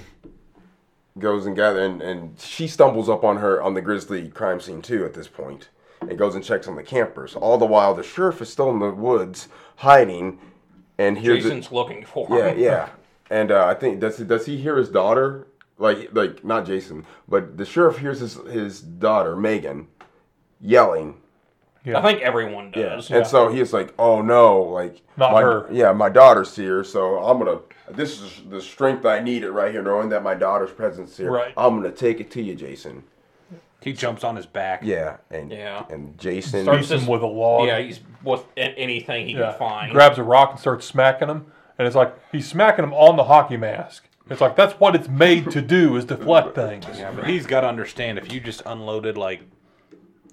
goes and gather and, and she stumbles up on her on the grizzly crime scene too at this point and goes and checks on the campers. All the while, the sheriff is still in the woods hiding and hears it- Jason's looking for yeah, him. yeah. And uh, I think does he, does he hear his daughter? Like like not Jason, but the sheriff hears his his daughter Megan yelling. I think everyone does. And so he's like, "Oh no, like Not my, her. Yeah, my daughter's here, so I'm gonna. This is the strength I needed right here, knowing that my daughter's presence here. Right. I'm gonna take it to you, Jason. He jumps on his back. Yeah, and Yeah. and Jason. Starts Beats him with a log. Yeah, he's with a- anything he Yeah. can find. Grabs a rock and starts smacking him, and it's like he's smacking him on the hockey mask. It's like that's what it's made to do is deflect things. Yeah, but he's got to understand if you just unloaded like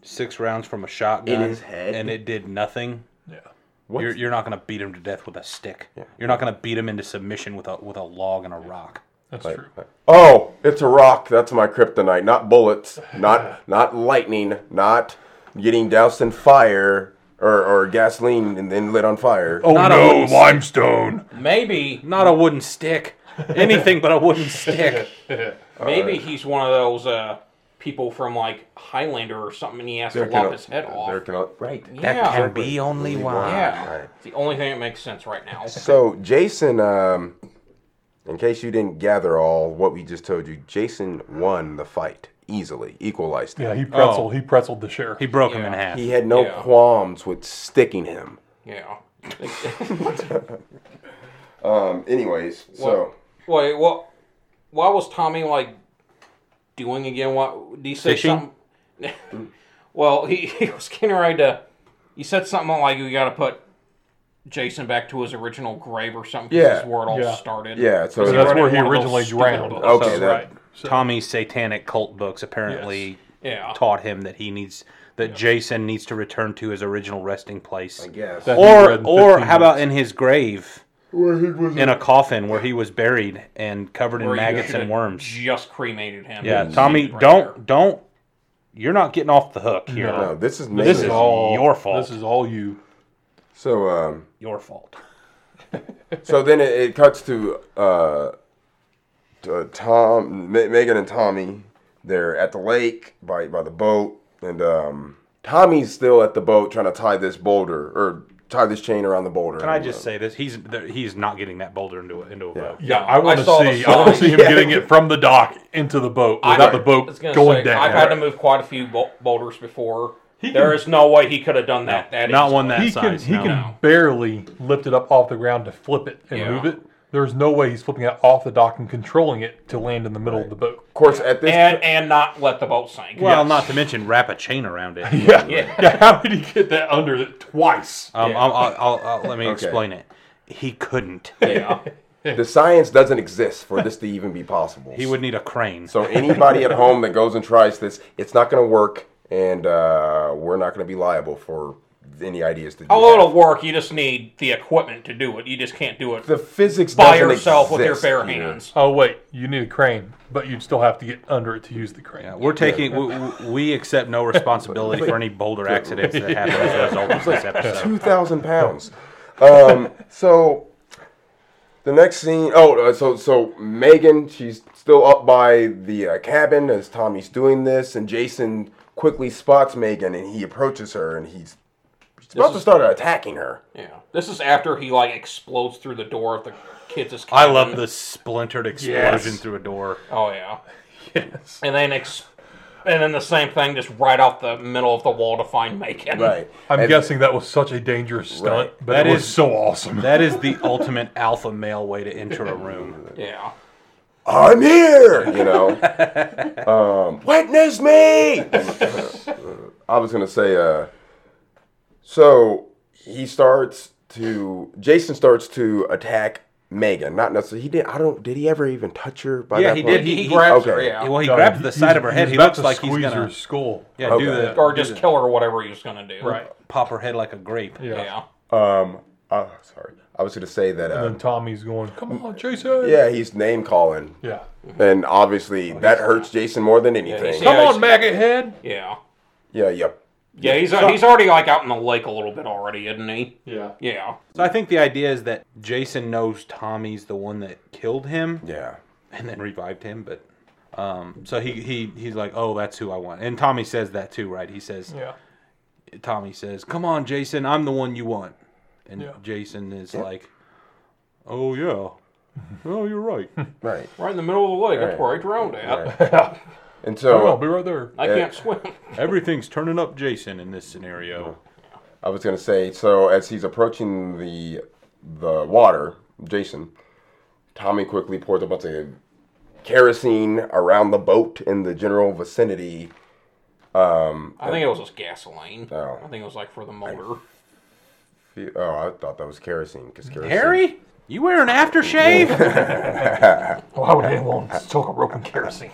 six rounds from a shotgun In his head? and it did nothing, Yeah. you're, you're not going to beat him to death with a stick. You're not going to beat him into submission with a with a log and a rock. That's true. Oh, it's a rock. That's my kryptonite. <laughs> Not bullets. Not not lightning. Not getting doused in fire. or, or gasoline and then lit on fire. Oh Not no, always. limestone. Maybe, Not a wooden <laughs> stick. Anything but a wooden stick. maybe he's one of those uh, people from like Highlander or something, and he has There to can lop al- his head there off. can al- right. Yeah, That can be only Only one. one. yeah. Right. It's the only thing that makes sense right now. <laughs> So Jason, um, in case you didn't gather all what we just told you, Jason won the fight easily, equalized. him. Yeah, he pretzel. He pretzeled the sheriff. He broke him in Yeah. half. He had no Yeah. qualms with sticking him. Yeah. Um, anyways, so Wait, what? What was Tommy like doing again? What did he say? Fishing? Something? <laughs> well, he, he was getting ready to. He said something like, "We got to put Jason back to his original grave or something." 'cause Yeah. This is where it all Yeah. started. yeah, so So he that's read it where in he one of those originally stupid drowned. books. Okay, So- that- right. So- Tommy's satanic cult books apparently Yeah. taught him that he needs that Jason needs to return to his original resting place. I guess That- He read Or in or 15 how about minutes. in his grave in a coffin where he was buried and covered in Where you maggots should've and worms. Just cremated him. Yeah, and Tommy, saved right don't there. don't you're not getting off the hook here. Oh, no, this is This mainly- is all- your fault. This is all you. so. Um, Your fault. so then it, it cuts to uh, to Tom, Me- Megan, and Tommy. They're at the lake by by the boat, and um, Tommy's still at the boat trying to tie this boulder or tie this chain around the boulder. Can I just say this? He's th- he's not getting that boulder into a, into a boat. Yeah, I want to saw the see. I want to sign. see him getting it from the dock into the boat without the I was boat gonna going say, down. I've had to move quite a few bou- boulders before. there is no way he could have done that. that not easily. one that he can, size. he no. can barely lift it up off the ground to flip it and Yeah. move it. There's no way he's flipping it off the dock and controlling it to land in the middle of the boat. Of course, at this And and not let the boat sink. Well, not to mention wrap a chain around it. <laughs> <laughs> Yeah. Yeah. How did he get that under it twice? Um, Yeah. I'll, I'll, I'll, I'll, <laughs> let me explain it. He couldn't. <laughs> Yeah. the science doesn't exist for this to even be possible. He would need a crane. So anybody at home that goes and tries this, it's not going to work, and uh, we're not going to be liable for any ideas to do. Although that. it'll work, you just need the equipment to do it. You just can't do it The physics by doesn't yourself with your exist bare here. hands. Oh wait, you need a crane, but you'd still have to get under it to use the crane. We're taking. We, we accept no responsibility for any boulder accidents that happen as a result of this episode. Two thousand pounds. <laughs> Um, so the next scene. Oh, uh, so so Megan, she's still up by the uh, cabin as Tommy's doing this, and Jason quickly spots Megan and he approaches her and he's. he's about to start attacking her. Yeah. This is after he like explodes through the door of the kids' cabin. I love the splintered explosion Yes. through a door. Oh yeah. Yes. And then ex- and then the same thing just right off the middle of the wall to find Macon. Right. I'm And- guessing that was such a dangerous stunt, Right. but That it was is- so <laughs> awesome. That is the ultimate alpha male way to enter a room. Yeah. I'm here, you know. <laughs> um, witness me. I was gonna say, uh, so he starts to Jason starts to attack Megan. Not necessarily. He did. I don't. Did he ever even touch her? By Yeah, that he point? did. He, he grabs her, okay. yeah. Well, he No, grabs the he's- side of her head. he's He about looks to like he's squeeze gonna her skull. Oh. yeah Okay. do the Or just kill her or whatever he was gonna do. Right. pop her head like a grape. Yeah. Yeah. Um. Oh, sorry. I was gonna say that. And Uh, Tommy's going, "Come on, Jason." yeah, he's name calling, Yeah. and obviously that hurts Jason more than anything. he's- Yeah, Come he's- on, maggot head. Yeah. yeah. Yeah, he's he's already like out in the lake a little bit already, isn't he? Yeah. Yeah. So I think the idea is that Jason knows Tommy's the one that killed him. Yeah. and then revived him. But um, so he, he he's like, oh, that's who I want. And Tommy says that too, right? He says, Yeah. Tommy says, come on, Jason, I'm the one you want. And Yeah. Jason is like, oh yeah, oh you're <laughs> right. Right. Right in the middle of the lake. That's Right. where I drowned at. And Oh, I'll so be right there. I can't swim. Everything's turning up, Jason, in this scenario. I was gonna say so as he's approaching the the water, Jason, Tommy quickly pours a bunch of kerosene around the boat in the general vicinity. Um, I think it was just gasoline. Oh. I think it was like for the motor. fe- oh, I thought that was kerosene because kerosene. Harry, you wear an aftershave? Why would anyone soak a rope in kerosene?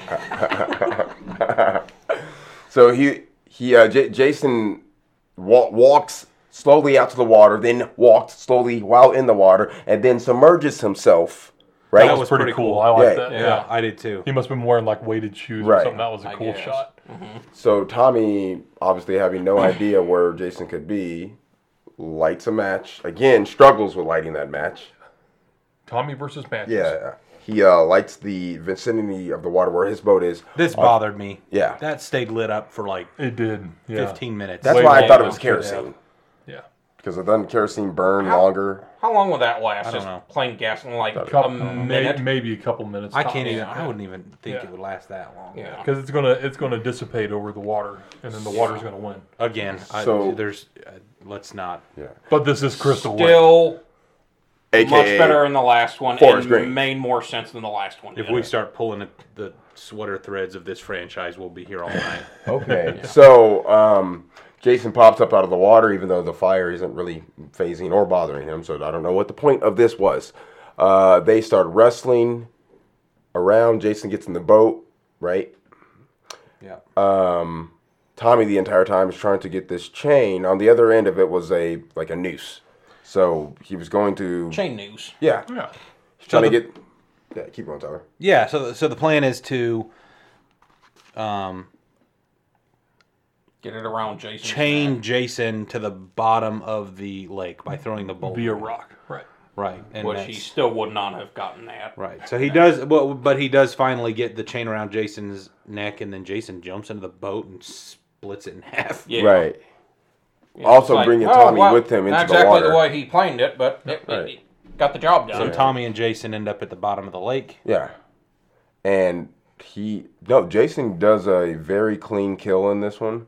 So he he uh, J- Jason wa- walks slowly out to the water, then walks slowly while in the water, and then submerges himself. Right. That was pretty, cool. I like Yeah. that. Yeah. yeah, I did too. He must have been wearing like weighted shoes Right. or something. That was a I cool guess. shot. So Tommy, obviously having no idea where Jason could be, lights a match. Again, struggles with lighting that match. Tommy versus Matthews. Yeah, he uh, lights the vicinity of the water where his boat is. This bothered me. yeah. That stayed lit up for like It did. Yeah. 15 minutes. That's Way why I more thought it than was it should kerosene have. Yeah. because it doesn't kerosene burn longer. How long will that last? don't Just know. plain gas and like a Couple, may, minute. maybe a couple minutes. I can't even. I wouldn't even think Yeah. it would last that long. Yeah. Because it's gonna it's gonna dissipate over the water, and then the water's gonna win. Again, So- I, there's. Uh, let's not. Yeah, But this is crystal. wet. Still AKA much better in the last one Forest and Green. made more sense than the last one. If did. we start pulling at the sweater threads of this franchise, we'll be here all night. Okay, so um, Jason pops up out of the water, even though the fire isn't really phasing or bothering him. So I don't know what the point of this was. Uh, they start wrestling around. Jason gets in the boat, right? Um, yeah. Tommy the entire time is trying to get this chain. On the other end of it was a like a noose. So he was going to chain news. yeah, Yeah. he's trying So to get yeah. Keep going, Tyler. <laughs> Yeah. So, the- so the plan is to um, Get it around Jason. chain Jason to the bottom of the lake by throwing the boulder. Via rock. Right. Right. And which he that's- still would not have gotten that. Right. So he does, well, but he does finally get the chain around Jason's neck, and then Jason jumps into the boat and splits it in half. Yeah. Right. Yeah, Also it's like, bringing oh, Tommy well, with him into not the exactly water. the way he planned it, but it, Right. it, it got the job <laughs> So done. Tommy and Jason end up at the bottom of the lake. Yeah. And he no, Jason does a very clean kill in this one.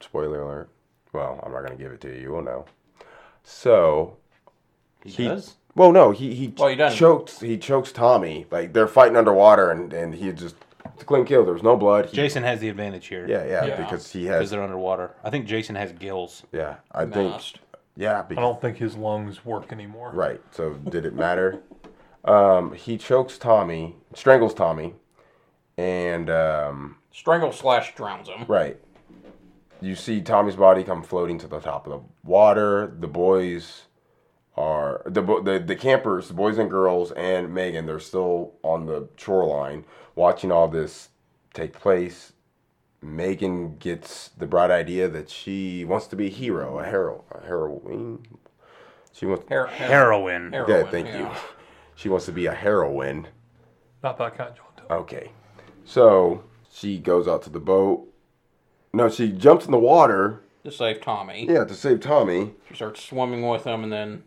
Spoiler alert. Well, I'm not gonna give it to you, you will know. So He, He- does. well no, he he, Well, he doesn't. chokes he chokes Tommy. Like they're fighting underwater and, and he just it's a clean kill. There was no blood. He, Jason has the advantage here. yeah, yeah, Yeah. because he Because has they're underwater. I think Jason has gills. Yeah. I think Masked. Yeah, I because don't think his lungs work anymore. Right. So did it matter? um he chokes Tommy, strangles Tommy, and um strangle slash drowns him. Right. You see Tommy's body come floating to the top of the water. The boys are the bo- the, the campers, the boys and girls, and Megan. They're still on the shoreline watching all this take place. Megan gets the bright idea that she wants to be a hero, a hero, a heroine. She wants. Her- Heroin. Yeah, heroin, thank you. yeah. <laughs> She wants to be a heroine. Not that kind, John. Doe. Okay. So she goes out to the boat. No, she jumps in the water. To save Tommy, Yeah, to save Tommy. she starts swimming with him, and then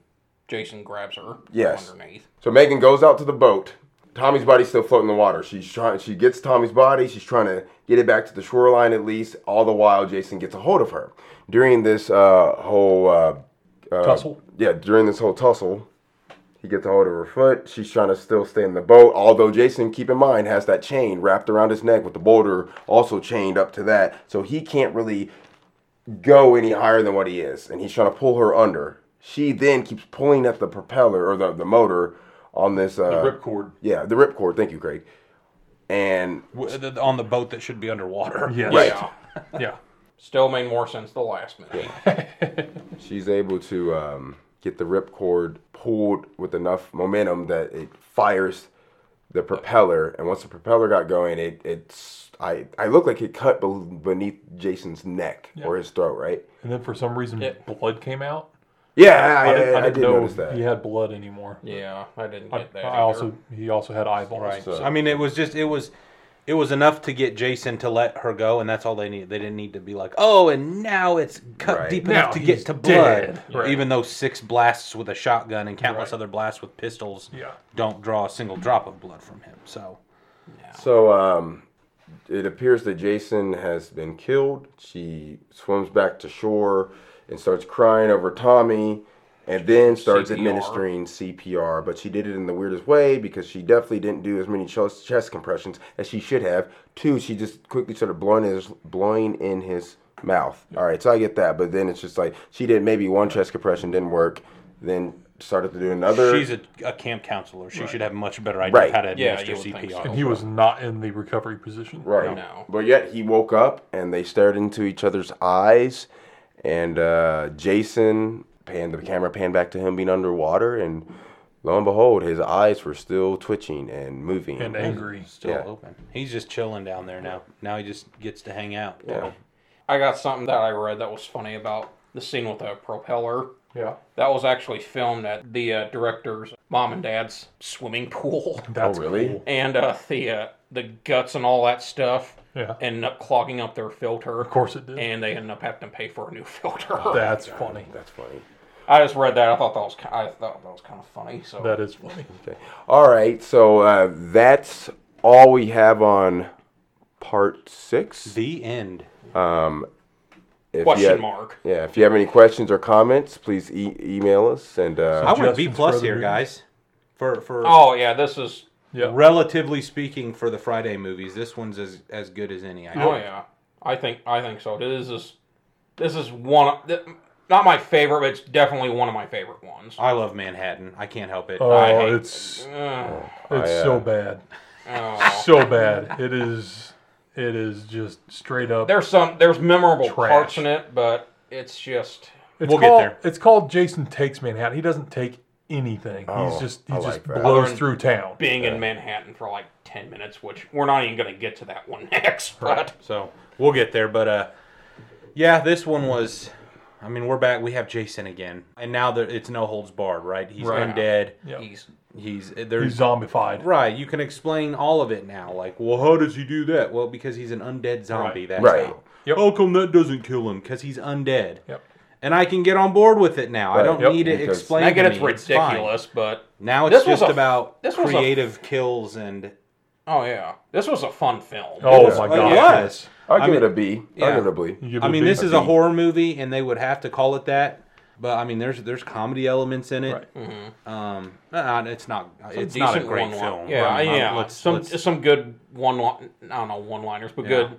Jason grabs her from Yes. underneath. So Megan goes out to the boat. Tommy's body's still floating in the water. She's trying. She gets Tommy's body. She's trying to get it back to the shoreline at least. All the while, Jason gets a hold of her. During this uh, whole uh, uh, Tussle. yeah, during this whole tussle, he gets a hold of her foot. She's trying to still stay in the boat. Although Jason, keep in mind, has that chain wrapped around his neck with the boulder also chained up to that, so he can't really go any higher than what he is, and he's trying to pull her under. She then keeps pulling at the propeller or the, the motor on this uh, Ripcord. Yeah, the ripcord. Thank you, Craig. And W- th- On the boat that should be underwater. <laughs> Yes. right, Yeah. Still made more sense the last minute. she's able to um, get the ripcord pulled with enough momentum that it fires the propeller. And once the propeller got going, it it's I I look like it cut be- beneath Jason's neck or his throat, right? And then for some reason, Yeah. blood came out. Yeah, I, I, didn't- I, did know notice if that. he had blood anymore. <laughs> Yeah, I didn't I, get that. I either. also he also had eyeballs. Right. So- I mean, it was just it was it was enough to get Jason to let her go, and that's all they need. They didn't need to be like, oh, and now it's cut Right. deep Now enough to get he's to dead. blood. Right. Even though six blasts with a shotgun and countless Right. other blasts with pistols Yeah. don't draw a single drop of blood from him. So So um, it appears that Jason has been killed. She swims back to shore and starts crying over Tommy, and then starts CPR. administering CPR. But she did it in the weirdest way because she definitely didn't do as many chest, chest compressions as she should have. Two, she just quickly started blowing his blowing in his mouth. All right, so I get that, but then it's just like she did maybe one chest compression didn't work, then started to do another. she's a, a camp counselor. She should have a much better idea Right. how to Yeah, administer you would think CPR. And he was not in the recovery position. Right. No. But yet he woke up and they stared into each other's eyes, and uh, Jason panned the camera panned back to him being underwater, and lo and behold, his eyes were still twitching and moving. Mm-hmm. And angry. Still Yeah. open. He's just chilling down there now. Now he just gets to hang out. Yeah. I got something that I read that was funny about the scene with the propeller. Yeah. That was actually filmed at the uh, director's mom and dad's swimming pool, <laughs> That's really? cool. and uh, the uh, the guts and all that stuff Yeah. ended up clogging up their filter. Of course it did. and they ended up having to pay for a new <laughs> filter. That's funny. That's funny. I just read that. I thought that was ki- I thought that was kind of funny. So That is funny. Okay. All right. So uh, that's all we have on part six. The end. If you question have- mark. Yeah. If you have any questions or comments, please e- email us. And I uh, went B Suggestions plus for the here, movies? guys. For for Oh yeah, this is. Yeah. relatively speaking, for the Friday movies, this one's as as good as any. I Oh think. yeah, I think I think so. This is this is one. Of, th- not my favorite, but it's definitely one of my favorite ones. I love Manhattan. I can't help it. Oh, I hate- it's Ugh. it's I, uh, so bad, Oh. so bad. It is it is just straight up. There's some there's memorable Trash. parts in it, but it's just It's We'll get called, there. It's called Jason Takes Manhattan. He doesn't take anything. Oh, He's just he I just like that. blows Other through town. being in Manhattan for like ten minutes, which we're not even going to get to that one <laughs> next. But So we'll get there, but uh, yeah, this one was. I mean, we're back. We have Jason again, and now that it's no holds barred, right? He's Right. undead. Yeah. he's He's there's He's zombified. right. You can explain all of it now. Like, well, how does he do that? Well, because he's an undead zombie. That's Right. how. Yep. How come that doesn't kill him? Because he's undead. Yep. And I can get on board with it now. I Right. don't Yep. need it Because- explained. I get to it's me. fine. ridiculous, but Now it's This was just a- about this was a- creative kills and oh yeah, this was a fun film. Oh my Well, god. It was. I'll I give mean- it a B. yeah. I'll give it a B. You give I it mean, B? this is a B. horror movie, and they would have to call it that. But I mean, there's there's comedy elements in it. Right. Um, uh, it's not it's Mm-hmm. decent not a great one-lin- film. Yeah, Um, yeah. let's- some let's- some good one. I don't know one liners, but good.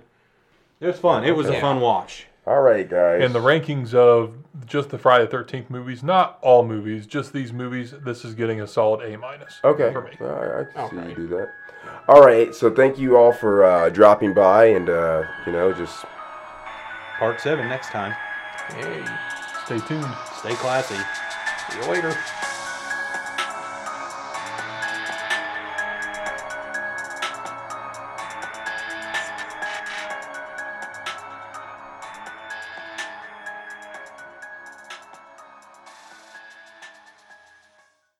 it was fun. It was a Yeah. fun watch. All right, guys. in the rankings of just the Friday the Thirteenth movies, not all movies, just these movies. This is getting a solid A minus. Okay. for me. All right, I can see you do that. All right. So thank you all for uh, dropping by and, uh, you know, just Part seven next time. Hey, Stay tuned. Stay classy. see you later.